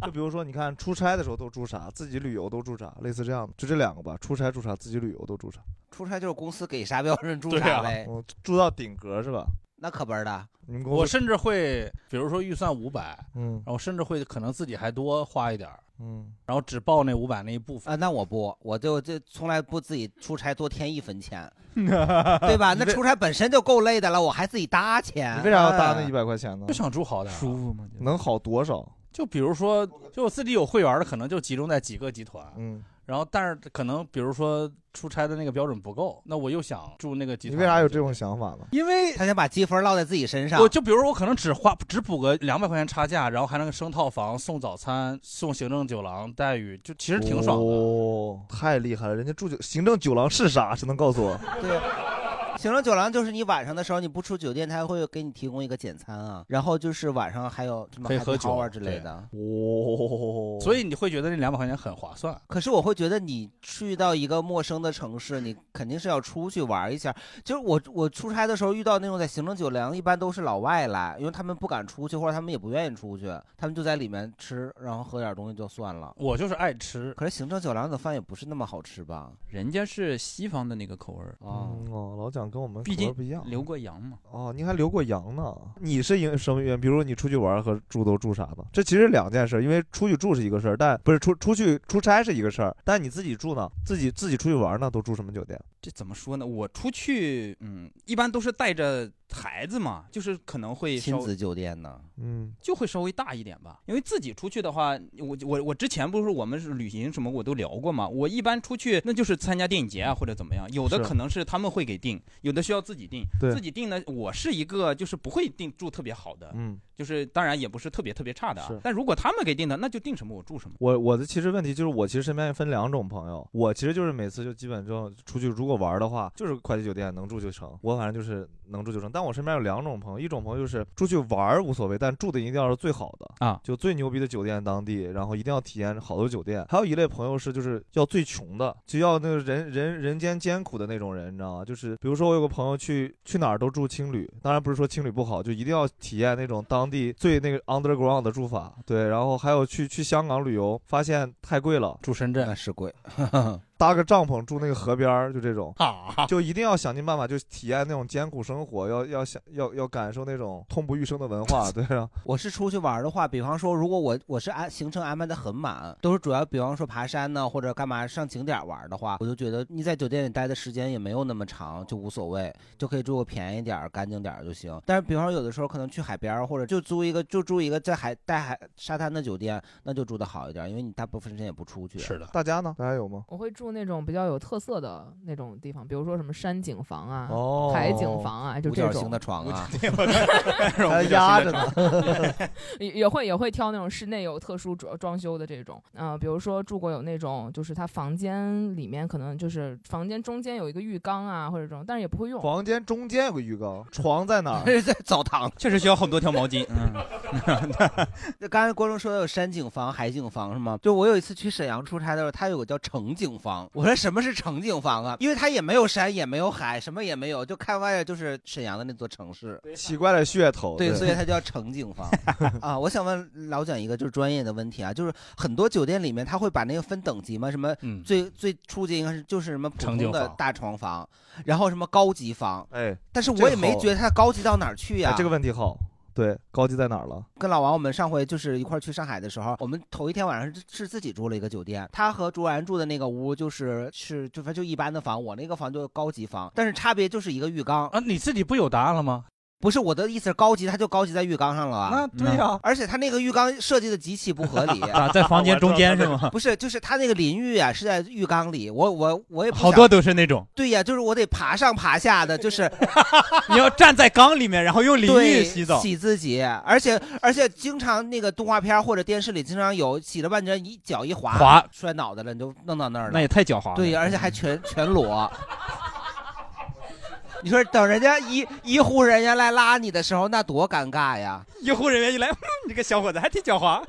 就比如说，你看出差的时候都住啥，自己旅游都住啥，类似这样的，就这两个吧。出差住啥，自己旅游都住啥，
出差就是公司给啥标准住
对
啥
啊
呗，
嗯住到顶格是吧？
那可不是的。
你们公司
我甚至会，比如说预算五百，
嗯，
然后甚至会可能自己还多花一点儿，
嗯，
然后只报那五百那一部分
啊。那我不，我就这从来不自己出差多添一分 钱，对吧？那出差本身就够累的了，我还自己搭钱，
你为啥要搭
啊
那一百块钱呢？
就想住好点，舒
服吗？
能好多少？
就比如说，就我自己有会员的，可能就集中在几个集团，
嗯，
然后但是可能比如说出差的那个标准不够，那我又想住那个集
你
团，
为啥有这种想法呢？
因为
哎他想把积分落在自己身上。
我就比如我可能只花只补个两百块钱差价，然后还能升套房、送早餐、送行政酒廊待遇，就其实挺爽的。
哦，太厉害了！人家住酒行政酒廊是啥？谁能告诉 我？
对。行政酒廊就是你晚上的时候你不出酒店，他会给你提供一个简餐啊，然后就是晚上还有什么
可以喝
happy
酒
hour 之类的。
哦，
所以你会觉得那两百块钱很划算。
可是我会觉得你去到一个陌生的城市，你肯定是要出去玩一下。就是我我出差的时候遇到那种在行政酒廊，一般都是老外来，因为他们不敢出去，或者他们也不愿意出去，他们就在里面吃，然后喝点东西就算了。
我就是爱吃，
可是行政酒廊的饭也不是那么好吃吧？
人家是西方的那个口味儿
啊
嗯哦，老蒋跟我们
毕
口味
竟
不一样。
留过洋嘛。
哦，您还留过洋呢？你是因为什么原因？比如你出去玩和住都住啥呢？这其实两件事，因为出去住是一个事儿，但不是出出去出差是一个事儿，但你自己住呢，自己自己出去玩呢，都住什么酒店？
这怎么说呢？我出去，嗯，一般都是带着孩子嘛，就是可能会稍
亲子酒店呢？
嗯，
就会稍微大一点吧。因为自己出去的话，我我我之前不是我们是旅行什么我都聊过嘛。我一般出去那就是参加电影节啊或者怎么样，有的
是
可能是他们会给定，有的需要自己定。
对
自己定呢，我是一个就是不会定住特别好的，
嗯，
就是当然也不是特别特别差的啊
是。
但如果他们给定的，那就定什么我住什么。
我我的其实问题就是，我其实身边分两种朋友，我其实就是每次就基本就出去，如果玩的话，就是快捷酒店能住就成，我反正就是能住就成。但我身边有两种朋友，一种朋友就是出去玩儿无所谓，但住的一定要是最好的
啊，
就最牛逼的酒店当地，然后一定要体验好的酒店。还有一类朋友是就是要最穷的，就要那个人人人间艰苦的那种人，你知道吗？就是比如说我有个朋友去去哪儿都住青旅，当然不是说青旅不好，就一定要体验那种当地最那个 underground 的住法。对，然后还有去去香港旅游，发现太贵了，
住深圳
那是贵，
搭个帐篷住那个河边儿，就这种
啊，
就一定要想尽办法，就体验那种艰苦生活，要要想要要感受那种痛不欲生的文化，对 啊，
我是出去玩的话，比方说，如果我我是安行程安排的很满，都是主要比方说爬山呢，或者干嘛上景点玩的话，我就觉得你在酒店里待的时间也没有那么长，就无所谓，就可以住个便宜点儿、干净点儿就行。但是，比方说有的时候可能去海边儿，或者就租一个就住一个在海带海沙滩的酒店，那就住的好一点，因为你大部分时间也不出去。
是的，
大家呢？大家有吗？
我会住那种比较有特色的那种地方，比如说什么山景房啊、
哦
海景房啊，就
五
这
角
种
星的床啊
还压着呢。
也也会也会挑那种室内有特殊装装修的这种，嗯、比如说住过有那种，就是它房间里面可能就是房间中间有一个浴缸啊，或者这种，但是也不会用。
房间中间有个浴缸，床在哪 儿？
在澡堂，
确实需要很多条毛巾。嗯，
那刚才观众说的有山景房、海景房是吗？就我有一次去沈阳出差的时候，它有个叫城景房，房。我说什么是城景房啊？因为它也没有山，也没有海，什么也没有，就看外就是沈阳的那座城市。
奇怪的噱头，
对，所以它叫城景 房啊。我想问老蒋一个就是专业的问题啊，就是很多酒店里面它会把那个分等级嘛，什么最、最初级应该是就是什么普
嗯城
通
景
的
房
大床房，然后什么高级房，
哎，
但是
这
我
个
也没
好
觉得它高级到哪儿去呀、
哎这个问题好，对，高级在哪儿了？
跟老王，我们上回就是一块儿去上海的时候，我们头一天晚上是是自己住了一个酒店，他和卓然住的那个屋就是是就反正就一般的房，我那个房就高级房，但是差别就是一个浴缸
啊。你自己不有答案了吗？
不是我的意思是高级，它就高级在浴缸上了啊。那
对呀嗯
而且它那个浴缸设计的极其不合理
啊在房间中间是吗
不是，就是它那个淋浴啊是在浴缸里，我我我也不
好
想
多都是那种
对呀、就是我得爬上爬下的，就是
你要站在缸里面，然后 用淋浴
对
洗澡，
洗自己，而且而且经常那个动画片或者电视里经常有洗了半截一脚一滑
滑
摔脑袋了，你就弄到那儿了，
那也太狡猾了
对，而且还全全裸。你说等人家医医护人员来拉你的时候，那多尴尬呀！
医护人员一来，嗯你这个小伙子还挺狡猾。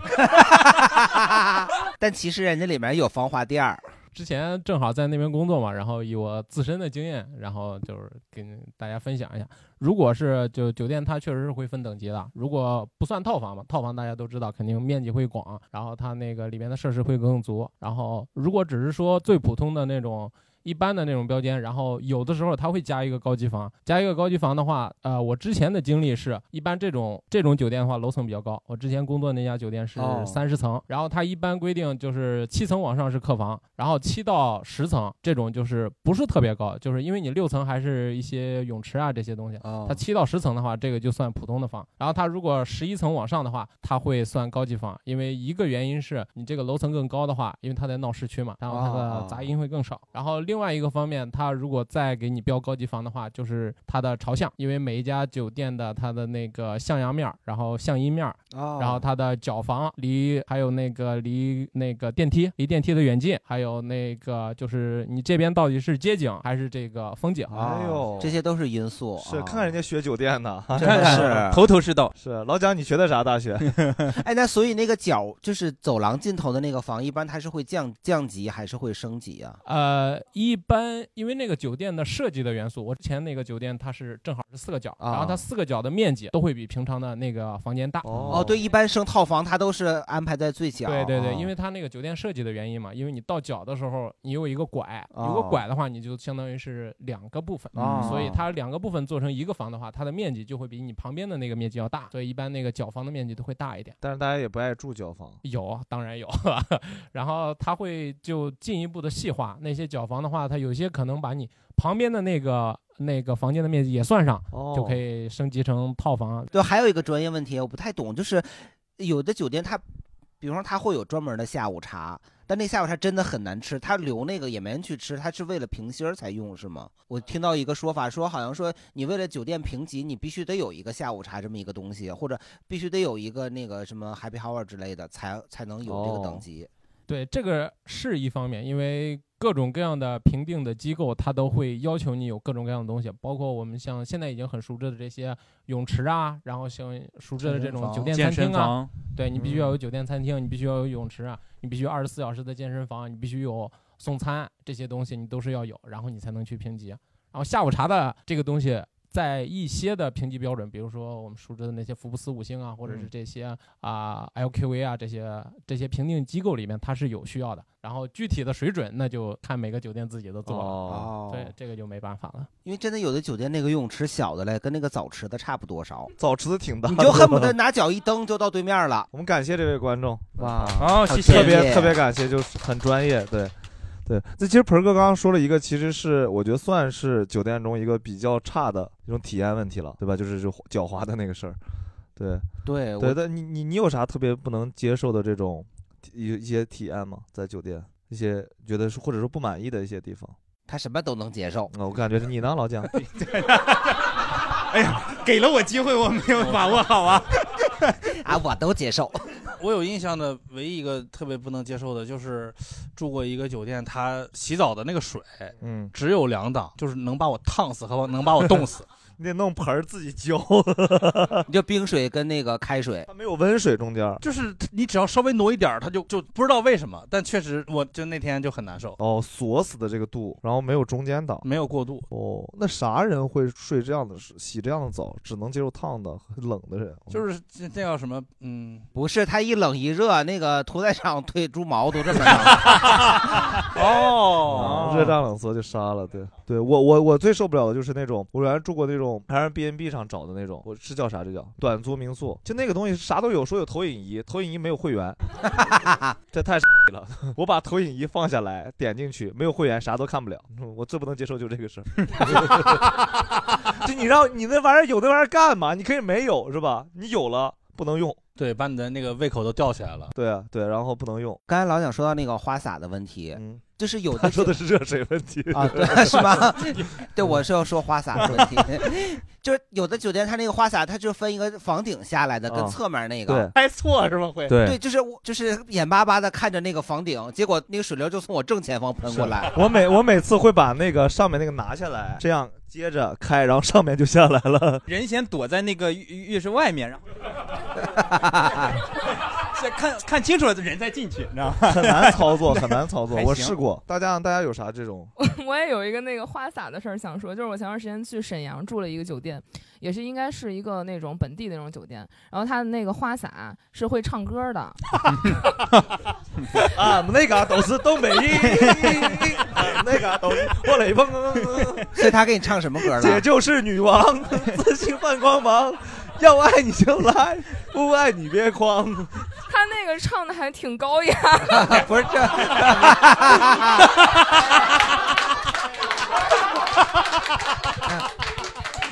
但其实人家里面有防滑垫儿，
之前正好在那边工作嘛，然后以我自身的经验，然后就是跟大家分享一下。如果是就酒店，它确实是会分等级的。如果不算套房嘛，套房大家都知道，肯定面积会广，然后它那个里面的设施会更足。然后如果只是说最普通的那种。一般的那种标间，然后有的时候它会加一个高级房，加一个高级房的话，呃，我之前的经历是，一般这种这种酒店的话，楼层比较高。我之前工作那家酒店是
哦
三十层，然后它一般规定就是七层往上是客房，然后七到十层这种就是不是特别高，就是因为你六层还是一些泳池啊这些东西，
哦
它七到十层的话，这个就算普通的房。然后它如果十一层往上的话，它会算高级房，因为一个原因是你这个楼层更高的话，因为它在闹市区嘛，然后它的
哦
杂音会更少。然后另外一个方面，它如果再给你标高级房的话，就是它的朝向，因为每一家酒店的它的那个向阳面儿，然后向阴面儿，
哦
然后它的角房离还有那个离那个电梯离电梯的远近，还有那个就是你这边到底是街景还是这个风景？啊
哎呦，
这些都是因素。啊
是看看人家学酒店呢，
真 的是头
头是道。
是老蒋，你学的啥大 学？
哎，那所以那个角就是走廊尽头的那个房，一般它是会降降级还是会升级啊？
呃，一般因为那个酒店的设计的元素，我之前那个酒店它是正好是四个角，
啊
然后它四个角的面积都会比平常的那个房间大。
哦，对，一般升套房它都是安排在最角。
对对对，因
啊
为
为它那个酒店设计的原因嘛，因为你到角的时候，你有一个拐，
哦
啊
如果拐的话，你就相当于是两个部分，嗯
哦
所以它两个部分做成一个房的话，它的面积就会比你旁边的那个面积要大，所以一般那个角房的面积都会大一点。
但是大家也不爱住交房，
有，当然有。 然后他会就进一步的细化那些角房的话，它有些可能把你旁边的那个那个房间的面积也算上，
哦
就可以升级成套房。
对，还有一个专业问题我不太懂，就是有的酒店它，比方说它会有专门的下午茶，但那下午茶真的很难吃，它留那个也没人去吃，它是为了平心儿才用是吗？我听到一个说法说，好像说你为了酒店评级，你必须得有一个下午茶这么一个东西，或者必须得有一个那个什么 happy hour 之类的，才才能有这个
哦
等级。
对，这个是一方面，因为各种各样的评定的机构，它都会要求你有各种各样的东西，包括我们像现在已经很熟知的这些泳池啊，然后像熟知的这种酒店餐
健身
厅啊
房，嗯
对你必须要有酒店餐厅，你必须要有泳池啊，你必须二十四小时的健身房，你必须有送餐这些东西，你都是要有，然后你才能去评级。啊然后下午茶的这个东西。在一些的评级标准，比如说我们熟知的那些福布斯五星啊，或者是
嗯
这些啊、LQA 啊这些这些评定机构里面，它是有需要的。然后具体的水准，那就看每个酒店自己的做了。
哦
对，这个就没办法了。
因为真的有的酒店那个游泳池小的嘞，跟那个澡池子差不多少，
澡池子挺大的
你就恨不得拿脚一蹬就到对面了。
我们感谢这位观众，哇，
好谢谢
特别特别感谢，就是很专业，对。对，这其实盆儿哥刚刚说了一个，其实是我觉得算是酒店中一个比较差的一种体验问题了，对吧？就是就狡猾的那个事儿，对，
对
对。
我
但你你你有啥特别不能接受的这种体一一些体验吗？在酒店一些觉得是或者说不满意的一些地方，啊
他什么都能接受。
我感觉是你呢，老蒋，
哎呀，给了我机会，我没有把握 好啊。
啊，我都接受。
我有印象的唯一一个特别不能接受的就是住过一个酒店，它洗澡的那个水，
嗯，
只有两档，就是能把我烫死和能把我冻死。
你得弄盆儿自己浇，
你 就冰水跟那个开水，
没有温水中间。
就是你只要稍微挪一点儿，它就就不知道为什么，但确实我就那天就很难受。
哦，锁死的这个度，然后没有中间档，
没有过渡。
哦，那啥人会睡这样的洗这样的澡？只能接受烫的、和冷的人。
就是这这叫什么？ 嗯，
不是，它一冷一热，那个屠宰场腿猪毛都这 么长。
啊
哦，热胀冷缩就杀了。对，对我我我最受不了的就是那种，我原来住过那种还是 B N B 上找的那种，我是叫啥？这叫短租民宿，就那个东西啥都有，说有投影仪，投影仪没有会 员，这太了。我把投影仪放下来，点进去，没有会员啥都看不了。我最不能接受就是这个事儿。 就你让你那玩意儿有那玩意儿干嘛？你可以没有是吧？你有了不能用。
对，把你的那个胃口都吊起来了。
对啊，对，然后不能用。嗯
刚才老想说到那个花洒的 问题，就是有的
他说的是热水问题
啊，对，是 吗？对，我是要说花洒的问题， 就是有的酒店它那个花洒，它就分一个房顶下来的跟
啊
侧面那个，
对拍错是吗会对
对，就是我就是眼巴巴的看着那个房顶，结果那个水流就从我正前方喷过来，
我每我每次会把那个上面那个拿下来，这样接着开，然后上面就下来 了。
人先躲在那个浴浴浴室外面，然后先看看清楚了，人再进去，你知道吗？
很难操 作，很难操作。
还行
我试过，大家大家有啥这种？
我也有一个那个花洒的事儿想说，就是我前段时间去沈阳住了一个酒店，也是应该是一个那种本地的那种酒店，然后它的那个花洒是会唱歌的，
俺们那啊嘎都是 东北人，俺们那嘎都是我雷锋，
所以他给你唱什么歌了？
嗯姐就是女王， 自信泛光芒，要爱你就来，不爱你别框。
他那个唱的还挺高雅，
啊
不是这。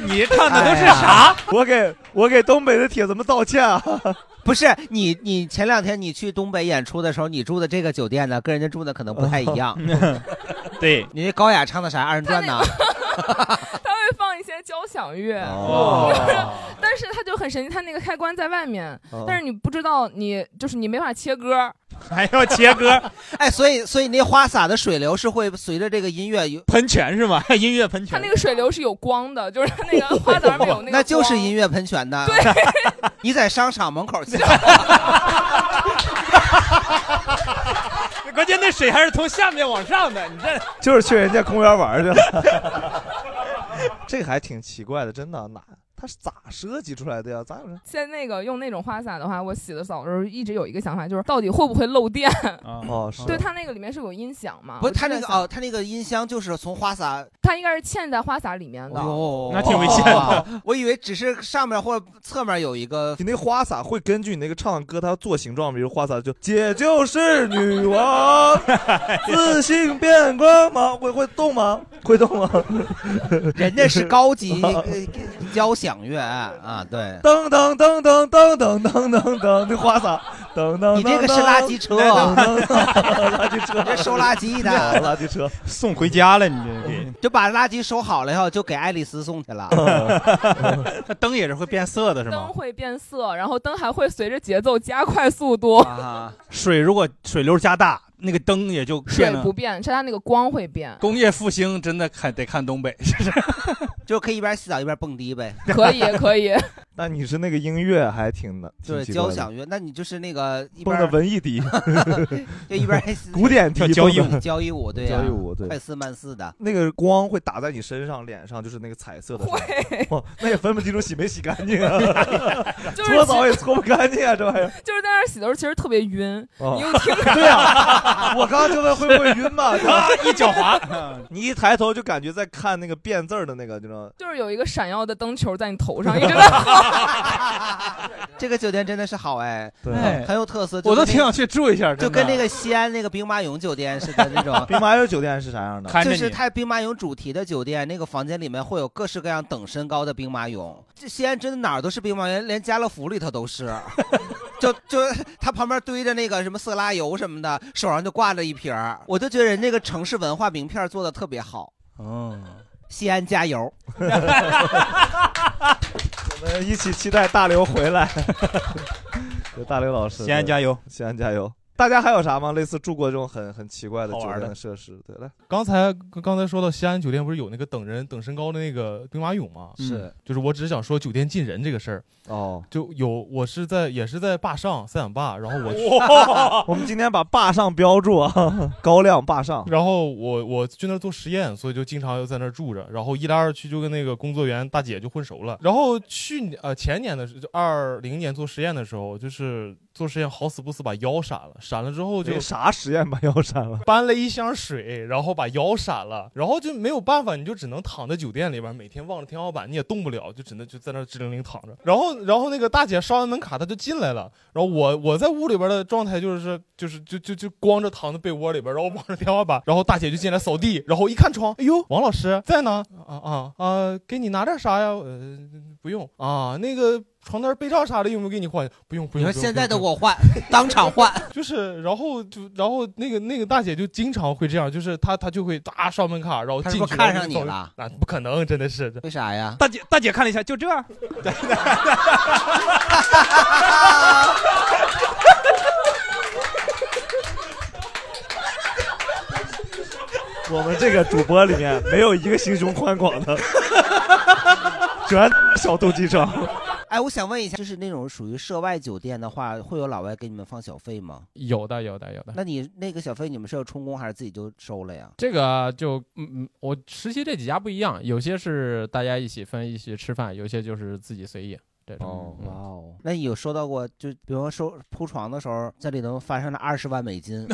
你
唱的都是啥？
哎我给我给东北的铁子们道歉啊！
不是你，你前两天你去东北演出的时候，你住的这个酒店呢，跟人家住的可能不太一 样。
对，
你这高雅唱的啥二人转呢？
他会放一些交响乐，
哦
就是 但是他就很神奇，他那个开关在外面，
哦
但是你不知道你就是你没法切歌，
还要切歌，
哎，所以所以那花洒的水流是会随着这个音乐有
喷泉是 吗？音乐喷
它那个水流是有光的， 就是它那个花洒没有那个光，
那就是音乐喷 泉的。对， 你在商场门口去。
关键那水还是从下 面往上的，你这
就是去人家公园玩去了。 这个还挺奇怪的，真的，啊哪他是咋设计出来的呀？咋有人？
现在那个用那种花洒的话，我洗的澡的时候一直有一个想法，就是到底会不会漏电？
哦，是
对，它那个里面是有音响嘛？
不
我就
是它
在
那个
想
哦，，啊它那个音箱就是从花洒。
它应该是嵌在花洒里面的。
哦，
那挺危险的
的。我以为只是上面或侧面有一个。
你那花洒会根据你那个唱的歌，它做形状，比如花洒就姐就是女 王，自信变光芒，会会动吗？会动吗？
人家是高 级呃交响乐啊，对。
噔噔噔噔噔噔噔噔噔，那花洒噔噔噔噔，
你这个是垃圾车啊
噔噔 噔垃圾车，
这收垃圾的
垃圾车，
送回家了，你这给。
就把垃圾收好了以后，就给爱丽丝送去了。
那灯也是会变色的，是吗
灯？会变色，然后灯还会随着节奏加快速度，
水如果水流加大，那个灯也就
水
变了
不。变，是它那个光会变。
工业复兴真的看得看东北， 就是
就可以一边洗澡一边蹦迪呗。
可以 可以。
那你是那个音乐还挺的，挺
对，
奇怪
交
的
响乐，那你就是那个一边
蹦的文艺迪
，就一 边
古典迪，蹦得
交谊舞，对呀
交谊舞对，
快四慢四的。
那个光会打在你身上、脸上，就是那个彩色的，哇，那也分不清楚洗没洗干净啊，
就是
搓澡也搓不干净啊，这玩意儿。
就是在那儿洗的时候，其实特别晕。
哦
你又 听
对啊，我刚刚就问会不会晕嘛，
啊一
脚 滑，你一抬头就感觉在看那个变字儿的那个，就种
就是有一个闪耀的灯球在你头上，一直在
这个酒店真的是好哎，
对
哎很有特色。
我
就
都
跟那
挺想去住一下，
就
真的
跟那个西安那个兵马俑酒店似的那种。
兵马俑酒店是啥样的？
就是它兵马俑主题的酒店，那个房间里面会有各式各样等身高的兵马俑。这西安真的哪儿都是兵马俑，连家乐福里头都 是。就就它旁边堆着那个什么色拉油什么的，手上就挂着一瓶儿。我就觉得人这个城市文化名片做的特别好。哦
嗯，
西安加油！
我们一起期待大刘回来。大刘老师，
西安加油！
西安加油！大家还有啥吗？类似住过这种很很奇怪的
好
酒
玩
店
的
的设施？对，来，
刚才刚才说到西安酒店不是有那个等人等身高的那个兵马俑吗？
是嗯，
就是我只是想说酒店进人这个事儿。
哦，
就有我是在也是在坝上三养坝，然后 我去
我们今天把坝上标 注啊，高亮坝上。
然后我我去那儿做实验，所以就经常要在那儿住着。然后一来二去就跟那个工作人员大姐就混熟了。然后去年呃前年的时候，就二零年做实验的时候，就是做实验好死不死把腰闪了，闪了之后就
这啥实验把腰闪了？
搬了一箱水，然后把腰闪了，然后就没有办法，你就只能躺在酒店里边，每天望着天花板，你也动不了，就只能就在那儿直挺挺躺着。然后，然后那个大姐刷完门卡，她就进来了。然后我我在屋里边的状态就是就是就就就光着躺在被窝里边，然后望着天花板。然后大姐就进来扫地，然后一看窗，哎呦，王老师在呢，啊啊啊，给你拿点啥呀？呃，不用啊，那个。床单、被罩啥的用不用给你换？不用，不用。
你说
不用
现在
不
都
用
给我换，当场换。
就是，然后就，然后那个那个大姐就经常会这样，就是她她就会哒刷门卡，然后
她
进
是不
去
是看
然后
上
就
你
走
了
那不可能，真的是。
为啥呀？
大姐大姐看了一下，就这样。
我们这个主播里面没有一个心胸宽广 的，全小肚鸡肠。
哎，我想问一下，就是那种属于涉外酒店的话，会有老外给你们放小费吗？
有的，有的，有的。
那你那个小费你们是要充公还是自己就收了呀？
这个就嗯嗯，我实习这几家不一样，有些是大家一起分一起吃饭，有些就是自己随意这种。哦，哇
哦，
那你有收到过，就比方说收铺床的时候，这里头发生了二十万美金，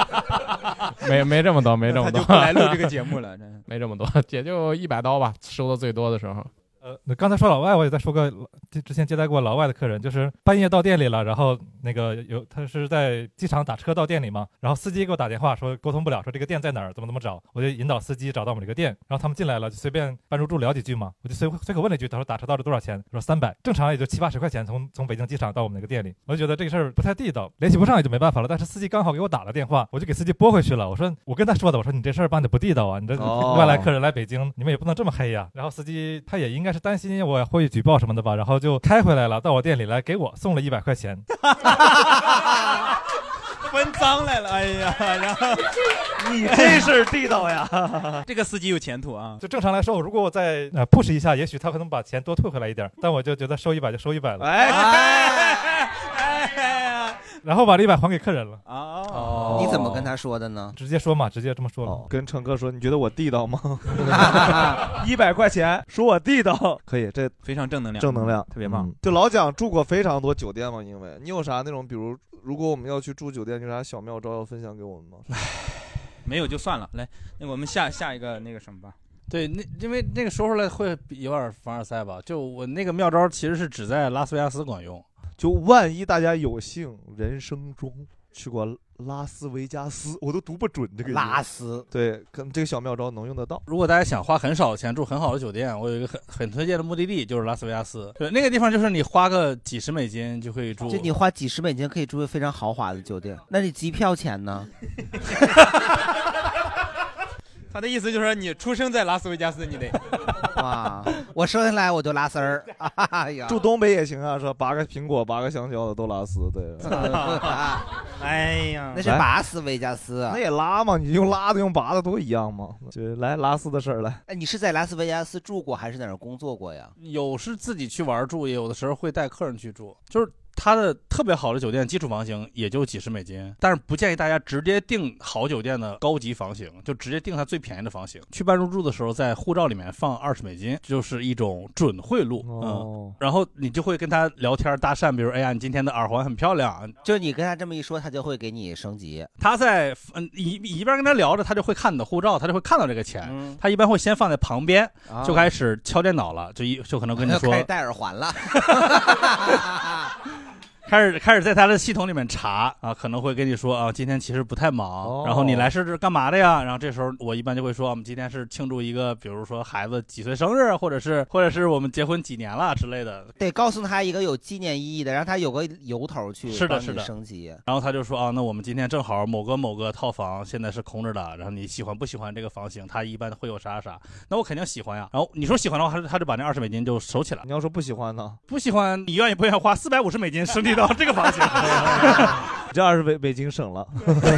没没这么多，没这么多，
那他就不 来录这个节目
了真，
没这么多，也就一百刀吧，收的最多的时候。
呃，那刚才说老外，我也在说个老之之前接待过老外的客人，就是半夜到店里了，然后那个有他是在机场打车到店里嘛，然后司机给我打电话说沟通不了，说这个店在哪儿，怎么怎么找，我就引导司机找到我们这个店，然后他们进来了就随便办入住聊几句嘛，我就随随口问了一句，他说打车到这多少钱？我说三百，正常也就七八十块钱从从北京机场到我们那个店里，我就觉得这个事儿不太地道，联系不上也就没办法了。但是司机刚好给我打了电话，我就给司机拨回去了，我说我跟他说的，我说你这事儿办的不地道啊，你这
哦
外来客人来北京，你们也不能这么黑呀、然后司机他也应该是担心我会举报什么的吧，然后就开回来了，到我店里来给我送了一百块钱。
分赃来了，哎呀，然后
你这事儿地道呀！
这个司机有前途啊！
就正常来说，如果我再呃 push 一下，也许他可能把钱多退回来一点儿，但我就觉得收一百就收一百了。哎 然后把这一百还给客人了。
哦你怎么跟他说的呢？
直接说嘛，直接这么说了。
哦跟乘客说，你觉得我地道吗？ 一百块钱，说我地道，可以，这
非常正能量，
正能量，
特别棒
嗯。就老蒋住过非常多酒店嘛，因为你有啥那种，比如如果我们要去住酒店，有啥小妙招要分享给我们吗？
没有就算了，来，那我们下下一个那个什么吧。
对，那因为那个说出来会比有点凡尔赛吧？就我那个妙招其实是只在拉斯维加斯管用。
就万一大家有幸人生中去过拉斯维加斯，我都读不准这个
拉斯，
对，跟这个小妙招能用得到。
如果大家想花很少的钱住很好的酒店，我有一个很很推荐的目的地就是拉斯维加斯。对，那个地方就是你花个几十美金就可以住，
就你花几十美金可以住非常豪华的酒店，那你机票钱呢？
他的意思就是说你出生在拉斯维加斯，你得
哇，啊我生下来我就拉丝儿，哎 呀，
住东北也行啊，是吧？拔个苹果，拔个香蕉的都拉丝，对。
啊 哎呀那是
来
拔斯维加斯，啊
那也拉嘛，你用拉的用拔的都一样嘛。就是来拉丝的事儿来，
哎，你是在拉斯维加斯住过还是在那儿工作过呀？
有是自己去玩儿住，也有的时候会带客人去住，就是。它的特别好的酒店基础房型也就几十美金，但是不建议大家直接订好酒店的高级房型，就直接订它最便宜的房型。去办入住的时候，在护照里面放二十美金，就是一种准贿赂。
哦
嗯，然后你就会跟他聊天搭讪，比如哎呀，你今天的耳环很漂亮，
就你跟他这么一说，他就会给你升级。
他在嗯一一边跟他聊着，他就会看你的护照，他就会看到这个钱，他一般会先放在旁边，
嗯啊
就开始敲电脑了，就一就可能 跟你说
开始戴耳环了，
开始开始在他的系统里面查啊，可能会跟你说啊，今天其实不太忙，然后你来是干嘛的呀？然后这时候我一般就会说，啊我们今天是庆祝一个，比如说孩子几岁生日，啊或者是或者是我们结婚几年了之类的。
得告诉他一个有纪念意义的，让他有个由头去
是的
帮你
是的
升级。
然后他就说啊，那我们今天正好某个某个套房现在是空着的，然后你喜欢不喜欢这个房型？他一般会有啥啥？那我肯定喜欢呀。然后你说喜欢的话，他就他就把那二十美金就收起来。
你要说不喜欢呢？
不喜欢，你愿意不愿意花四百五十美金升级到这个房型？
这要是北北京省了，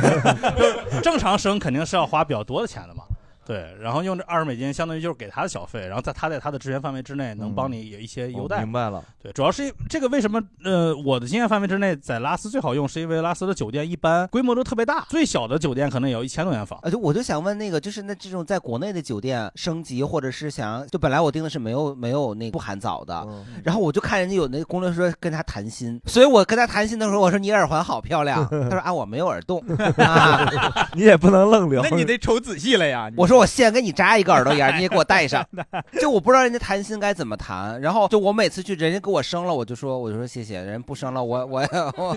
正常生肯定是要花比较多的钱的嘛。对，然后用这二十美金，相当于就是给他的小费，然后在他在他的职权范围之内，能帮你有一些优
我
哦
待。
明白了。
对，主要是因这个为什么？呃，我的经验范围之内，在拉斯最好用，是因为拉斯的酒店一般规模都特别大，最小的酒店可能也要一千多间房。
啊，就我就想问那个，就是那这种在国内的酒店升级，或者是想就本来我订的是没有没有那个不含早的，
嗯
然后我就看人家有那个攻略说跟他谈心，所以我跟他谈心的时候，我说你耳环好漂 亮，他说啊我没有耳洞，啊、
你也不能愣聊
那你
得瞅仔细了 呀
我说我 现给啊你扎一个耳朵眼儿，你也给我戴 上。就我不知道人家谈心该怎么谈，然后就我每次去人家给我生了，我就说我就说谢谢，人不生了我我我，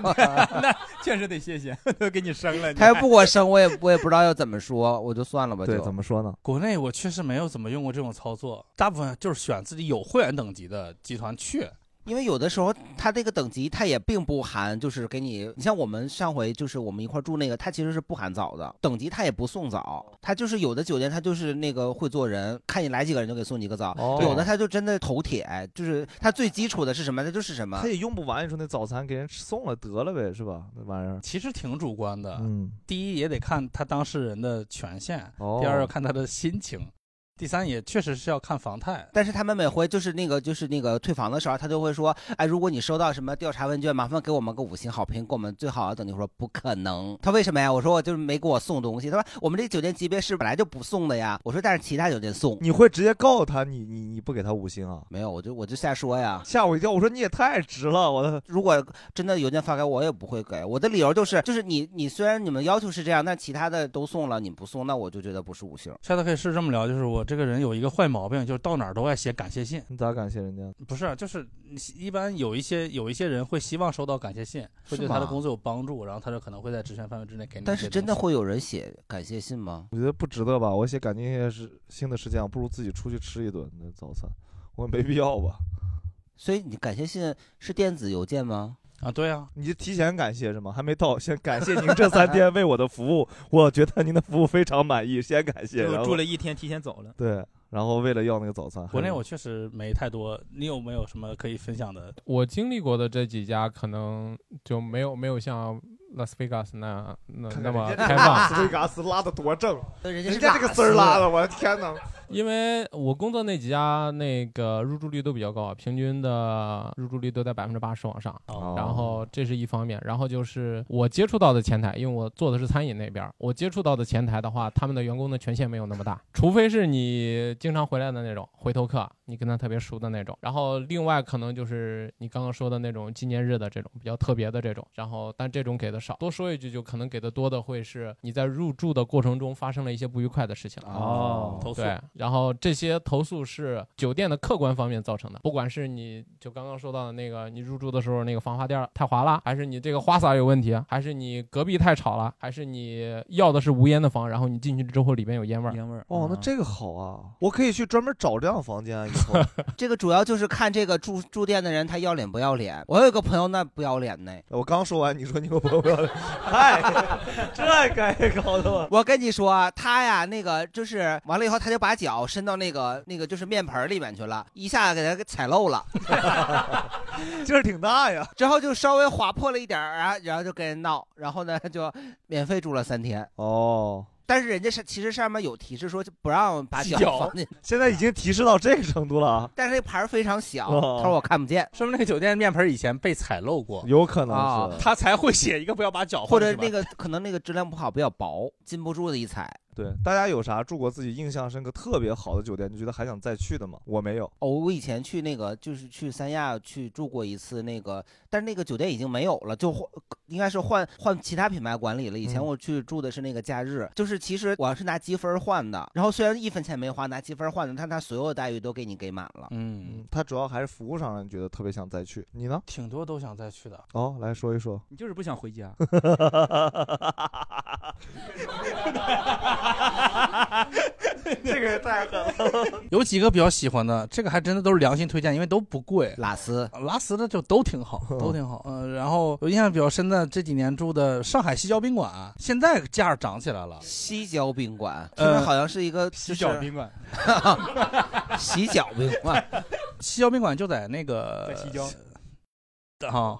那确实得谢 谢，都给你生了。
他要不给我生，我也我也不知道要怎么说，我就算了吧。就
么说呢？
国内我确实没有怎么用过这种操作，大部分就是选自己有会员等级的集团去。
因为有的时候它这个等级它也并不含，就是给你，你像我们上回就是我们一块儿住那个，它其实是不含早的，等级它也不送早，它就是有的酒店它就是那个会做人，看你来几个人就给送你一个早，
哦
有的它就真的头铁，就是它最基础的是什么，它就是什么
他。也用不完，你说那早餐给人吃送了得了呗，是吧？那
嗯
玩意儿
其实挺主观的，
嗯，
第一也得看他当事人的权限，
哦
第二要看他的心情，第三也确实是要看房态。
但是他们每回就是那个就是那个退房的时候，他就会说，哎，如果你收到什么调查问卷，麻烦给我们个五星好评，给我们最好的等级。我说不可能，他为什么呀？我说我就是没给我送东西。他说我们这酒店级别是本来就不送的呀。我说但是其他酒店送。
你会直接告诉他你你你不给他五星啊？
没有，我就我就瞎说呀，
吓我一跳。我说你也太值了，我的。
如果真的邮件发给我，我也不会给。我的理由就是，就是你你虽然你们要求是这样，但其他的都送了，你不送，那我就觉得不是五星。
下次可以试这么聊，就是我这个人有一个坏毛病，就是到哪儿都爱写感谢信。
你咋感谢人家？
不是，啊就是你一般有一些有一些人会希望收到感谢信，会对他的
吗
工作有帮助，然后他就可能会在职权范围之内给你一些东
但
西。
是真的会有人写感谢信吗？
我觉得不值得吧？我写感谢是新的事件，不如自己出去吃一顿那早餐，我没必要吧？
所以你感谢信是电子邮件吗？
啊，对啊，
你就提前感谢是吗？还没到，先感谢您这三天为我的服务， 我觉得您的服务非常满意，先感谢。然
就
后
住了一天，提前走了。
对，然后为了要那个早餐，
国内
还
我确实没太多，你有没有什么可以分享的？
我经历过的这几家可能就没有没有像拉斯维加斯那样那
看
那
看
么
人家
开
拉斯维
放。
加斯拉的多正，啊
人
家
是
这个丝儿拉的，我的天哪！
因为我工作那几家那个入住率都比较高，啊平均的入住率都在百分之八十往上。然后这是一方面，然后就是我接触到的前台，因为我做的是餐饮那边儿，我接触到的前台的话，他们的员工的权限没有那么大，除非是你经常回来的那种回头客，你跟他特别熟的那种。然后另外可能就是你刚刚说的那种纪念日的这种比较特别的这种，然后但这种给的少。多说一句，就可能给的多的会是你在入住的过程中发生了一些不愉快的事情。
哦投诉
对，然后这些投诉是酒店的客观方面造成的，不管是你就刚刚说到的那个，你入住的时候那个防滑垫儿太滑了，还是你这个花洒有问题，还是你隔壁太吵了，还是你要的是无烟的房，然后你进去之后里边有烟味儿。
烟味儿。
哦，那这个好啊，我可以去专门找这样房间以后。
这个主要就是看这个住住店的人他要脸不要脸。我有一个朋友那不要脸呢，
我刚说完，你说你有朋友 不要脸，嗨，这该搞的我。
我跟你说啊，他呀，那个就是完了以后，他就把脚伸到那个那个就是面盆儿里面去了，一下给他给踩漏了，
劲儿挺大呀。
之后就稍微划破了一点儿啊，然后就跟人闹，然后呢就免费住了三天。
哦，
但是人家是其实上面有提示说啊就不让把脚放进，
现在已经提示到这个程度了啊。
但是那盘儿非常小，
哦
他说我看不见，
说明那个酒店面盆以前被踩漏过，
有可能
啊
是。
他才会写一个不要把脚
或
放
者
进去吧
那个可能那个质量不好，比较薄，禁不住的一踩。
对，大家有啥住过自己印象深刻、特别好的酒店，就觉得还想再去的吗？我没有。
哦，我以前去那个就是去三亚去住过一次那个，但是那个酒店已经没有了，就换应该是换换其他品牌管理了。以前
嗯
我去住的是那个假日，就是其实我要是拿积分换的，然后虽然一分钱没花，拿积分换的，但他所有的待遇都给你给满了。
嗯，
它主要还是服务上让你觉得特别想再去。你呢？
挺多都想再去的。
哦，来说一说。
你就是不想 回家。
这个太狠了。
有几个比较喜欢的，这个还真的都是良心推荐，因为都不贵。
拉丝，
拉丝的就都 挺好，都挺好。嗯、然后我印象比较深的这几年住的上海西郊宾馆，现在价儿涨起来了。
西郊宾馆，听
呃
着好像是一个、就是、
洗脚宾馆，
洗脚宾馆，
西郊宾馆就在那个
在西郊哦
啊，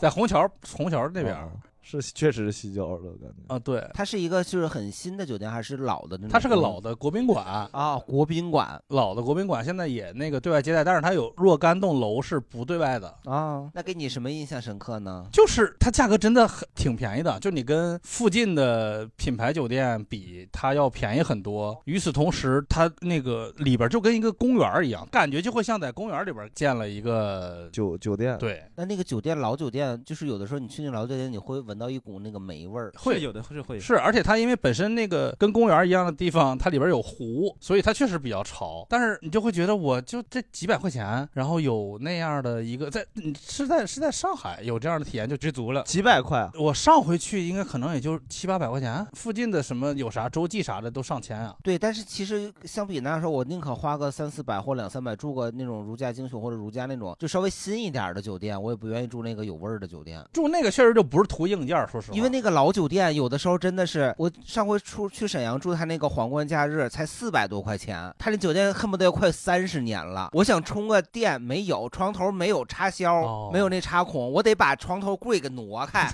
在虹桥虹桥那边儿。
是确实是西郊 了，感觉
啊，对，
它是一个就是很新的酒店还是老的那种？
它是个老的国宾馆啊，
国宾馆，
老的国宾馆，现在也那个对外接待，但是它有若干栋楼是不对外的
啊。那给你什么印象深刻
嗯
呢？
就是它价格真的很挺便宜的，就你跟附近的品牌酒店比，它要便宜很多。与此同时，它那个里边就跟一个公园儿一样，感觉就会像在公园里边建了一个
酒酒店。
对，
那那个酒店老酒店，就是有的时候你去那老酒店，你会闻到一股那个霉味儿，
会
是
是，而且它因为本身那个跟公园一样的地方，它里边有湖，所以它确实比较潮。但是你就会觉得，我就这几百块钱，然后有那样的一个在你是在是在上海有这样的体验就知足了。
几百块，
我上回去应该可能也就七八百块钱，附近的什么有啥洲际啥的都上千啊。
对，但是其实相比那时候，我宁可花个三四百或两三百住个那种如家精选或者如家那种就稍微新一点儿的酒店，我也不愿意住那个有味儿的酒店。
住那个确实就不是图硬件，说实话。
因为那个老酒店有的时候真的是，我上回出去沈阳住他那个皇冠假日才四百多块钱，他那酒店恨不得要快三十年了。我想充个电没有，床头没有插销，
哦
没有那插孔，我得把床头柜给挪开，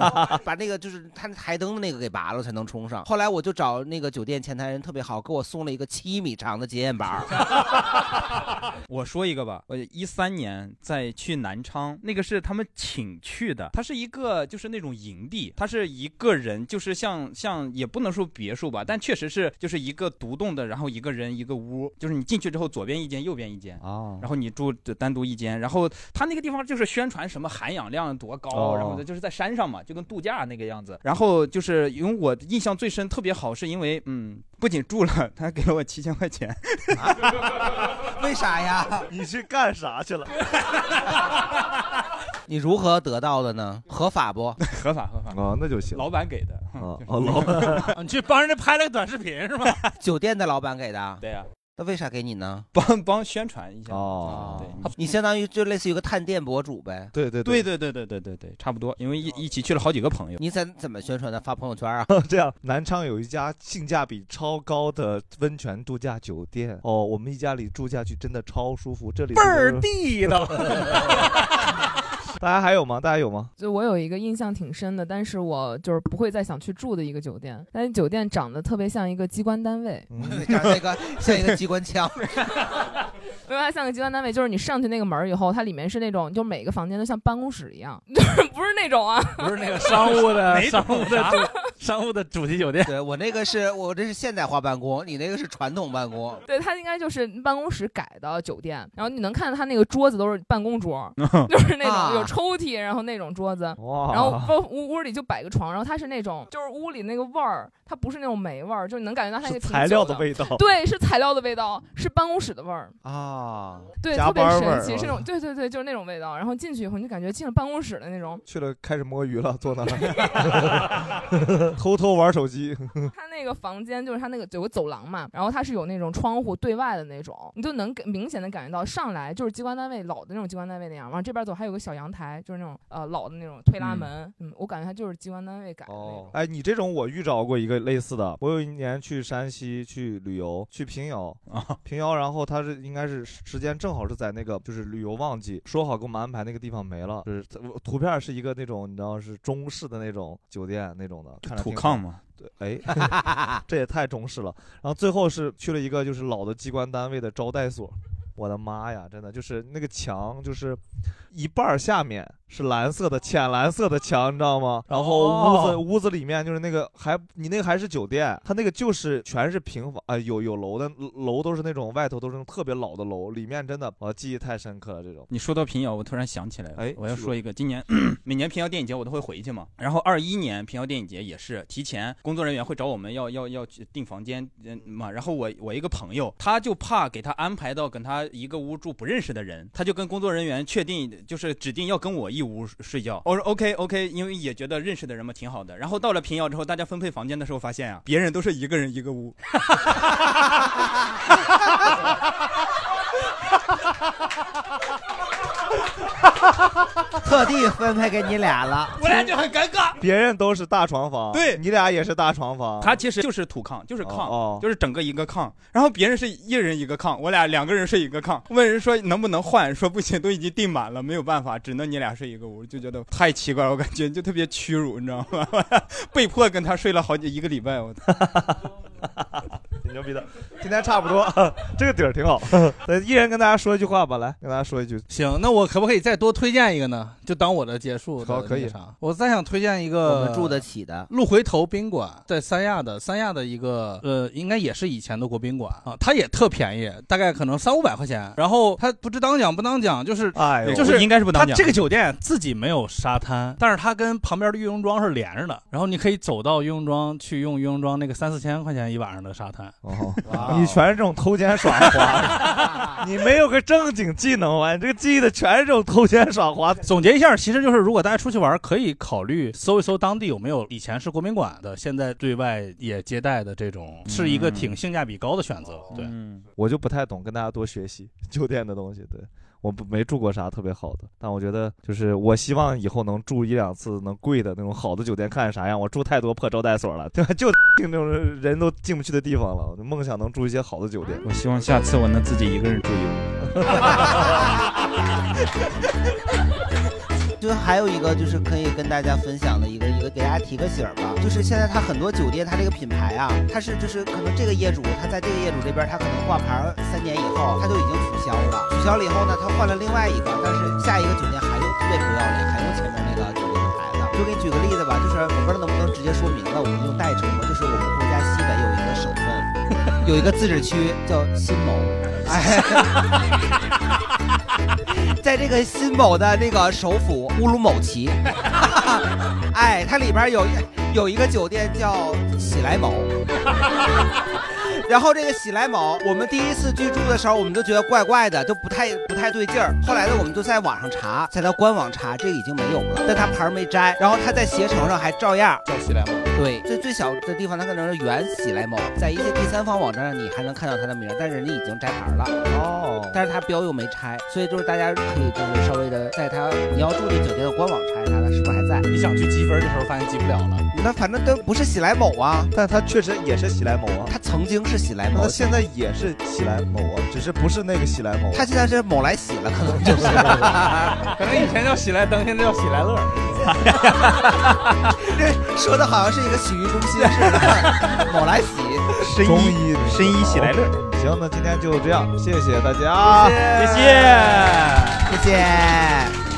把那个就是他那台灯的那个给拔了才能充上。后来我就找那个酒店前台人特别好，给我送了一个七米长的结眼板 儿。
我说一个吧，我一三年在去南昌，那个是他们请去的，它是一个就是那种营地，它是一个人，就是像像也不能说别墅吧，但确实是就是一个独栋的，然后一个人一个屋，就是你进去之后左边一间，右边一间
啊，
然后你住单独一间，然后它那个地方就是宣传什么含氧量多高，啊
哦
然后就是在山上嘛，就跟度假那个 样子，然后就是因为我印象最深特别好，是因为嗯，不仅住了，他还给了我七千块钱。
为啥呀？
你是干啥去了？
你如何得到的呢？合法不？
合法合法
啊，那就行。
老板给的
啊， 哦，老 板，
你去帮人家拍了个短视频是吗？
酒店的老板给的？
对呀、
那为啥给你呢？啊
帮 帮宣传一下啊
哦，
对，
你相当于就类似于一个探店博主呗。
对对
对对对对对对对，差不多，因为一一起去了好几个朋友。
你怎怎么宣传的？发朋友圈啊？
这样，南昌有一家性价比超高的温泉度假酒店哦，我们一家里住下去真的超舒服，这里
倍儿地道。
大家还有吗？大家有吗？
就我有一个印象挺深的，但是我就是不会再想去住的一个酒店。但是酒店长得特别像一个机关单位，
长那个像一个机关枪。
没有它像个机关单位，就是你上去那个门儿以后，它里面是那种，就每个房间都像办公室一样， 就是不是那种啊，
不是那个商务 的
哪种
商务的
啥
主商务的主题酒店。
对我那个是我这是现代化办公，你那个是传统办公。
对，它应该就是办公室改的酒店，然后你能看到它那个桌子都是办公 桌，就是那
啊
种有抽屉，然后那种桌子，
哇
然后包屋屋里就摆个床，然后它是那种就是屋里那个味儿，它不是那种霉味儿，就你能感觉到它那个挺
材料
旧
的
的
味道
对，是材料的味道，是办公室的味儿。
啊，
对，
加
特别
班味
神
儿啊
奇，是那
吧
种对对对，就是那种味道。然后进去以后，你就感觉进了办公室的那种。
去了开始摸鱼了，坐那儿 偷偷玩手机。
他那个房间就是他那个有个走廊嘛，然后它是有那种窗户对外的那种，你就能给明显的感觉到上来就是机关单位老的那种机关单位那样，往这边走还有个小阳台，就是那种呃老的那种推拉
嗯
门，嗯我感觉它就是机关单位改的那种。
哎，你这种我遇着过一个类似的。我有一年去山西去旅游，去平遥啊，平遥，然后他是应该是时间正好是在那个就是旅游旺季，说好给我们安排那个地方没了，就是图片是一个那种你知道是中式的那种酒店那种的，看着
土
挺
炕
好
嘛。
对，哎， 这也太中式了。然后最后是去了一个就是老的机关单位的招待所，我的妈呀，真的就是那个墙就是一半儿下面是蓝色的浅蓝色的墙，你知道吗？然后屋子、
哦
屋子里面就是那个还你那个还是酒店，它那个就是全是平房啊、有有楼的楼都是那种外头都是那种特别老的楼，里面真的我记忆太深刻了这种。
你说到平遥，我突然想起来了，
哎
我要
是
说一个，今年 每年平遥电影节我都会回去嘛。然后二一年平遥电影节也是提前，工作人员会找我们要要要去订房间，嗯嘛。然后我我一个朋友，他就怕给他安排到跟他一个屋住不认识的人，他就跟工作人员确定就是指定要跟我一屋睡觉。我说 OK OK，因为也觉得认识的人嘛挺好的。然后到了平遥之后，大家分配房间的时候发现啊，别人都是一个人一个屋。
特地分配给你俩 了，
我俩就很尴尬。
别人都是大床房，
对
你俩也是大床房。
他其实就是土炕，就是炕，
哦
就是整个一个炕。然后别人是一人一个炕，我俩两个人睡一个炕。问人说能不能换，说不行，都已经订满了，没有办法，只能你俩睡一个屋，就觉得太奇怪了，我感觉就特别屈辱，你知道吗？ 被迫跟他睡了好几一个礼拜，我。
挺牛逼的，今天差不多， 这个底儿挺 好。对，一人跟大家说一句话吧，来跟大家说一句。
行，那我可不可以再多推荐一个呢？就当我的结束的
好可以
那个啥，我再想推荐一个
我
呃
们住得起的
鹿回头宾馆，在三亚的三亚的一个呃，应该也是以前的国宾馆啊，它也特便宜，大概可能三五百块钱。然后它不知当讲不当讲，就是
哎
呦
就是
应该是不当讲
它这个酒店自己没有沙滩，但是它跟旁边的玉龙庄是连着的，然后你可以走到玉龙庄去用玉龙庄那个三四千块钱一晚上的沙滩。
哦，你全是这种偷奸耍滑， 你没有个正经技能玩，你这个记的全是这种偷奸耍滑。
总结一下，其实就是如果大家出去玩，可以考虑搜一搜当地有没有以前是国宾馆的，现在对外也接待的这种，
嗯
是一个挺性价比高的选择。
哦
对，
我就不太懂，跟大家多学习酒店的东西。对，我不没住过啥特别好的，但我觉得就是我希望以后能住一两次能贵的那种好的酒店，看看啥样。我住太多破招待所了，对吧？ 就那种人都进不去的地方了。我的梦想能住一些好的酒店。
我 希望下次我能自己一个人住一屋。
就还有一个就是可以跟大家分享的一个一个给大家提个醒儿吧，就是现在它很多酒店它这个品牌啊，它是就是可能这个业主他在这个业主这边他可能挂牌儿三年以后他就已经取消了，取消了以后呢他换了另外一个，但是下一个酒店还用特别不要脸，还用前面那个酒店的牌子。就给你举个例子吧，就是我不知道能不能直接说明白，我们用代称吧，就是我们国家西北有一个省份，有一个自治区叫新某，哎。在这个新某的那个首府乌鲁木齐，哎，它里边有一有一个酒店叫喜来某。然后这个喜来某，我们第一次去住的时候，我们就觉得怪怪的，就不太不太对劲儿。后来呢，我们就在网上查，在它官网查，这个已经没有了，但它牌儿没摘。然后它在携程上还照样
叫喜来某。
对，最最小的地方它可能是原喜来某，在一些第三方网站上你还能看到它的名儿，但人家已经摘牌儿了。
哦，
但是它标又没拆，所以就是大家可以就是稍微的在它你要住这酒店的官网查一查它是不是还在。
你想去积分的时候发现积不了 了。
那反正都不是喜来某啊，
但它确实也是喜来某啊，
它曾经是喜来
那
某，
现在也是喜来某啊，只是不是那个喜来某。啊
它现在是某来喜了，可能 就是。
可能以前叫喜来登，现在叫喜来乐。
这说的好像是一个洗浴中心似的，某来洗。
深医
深医喜来乐。
行，那今天就这样，谢谢大家，
谢谢
谢
谢谢。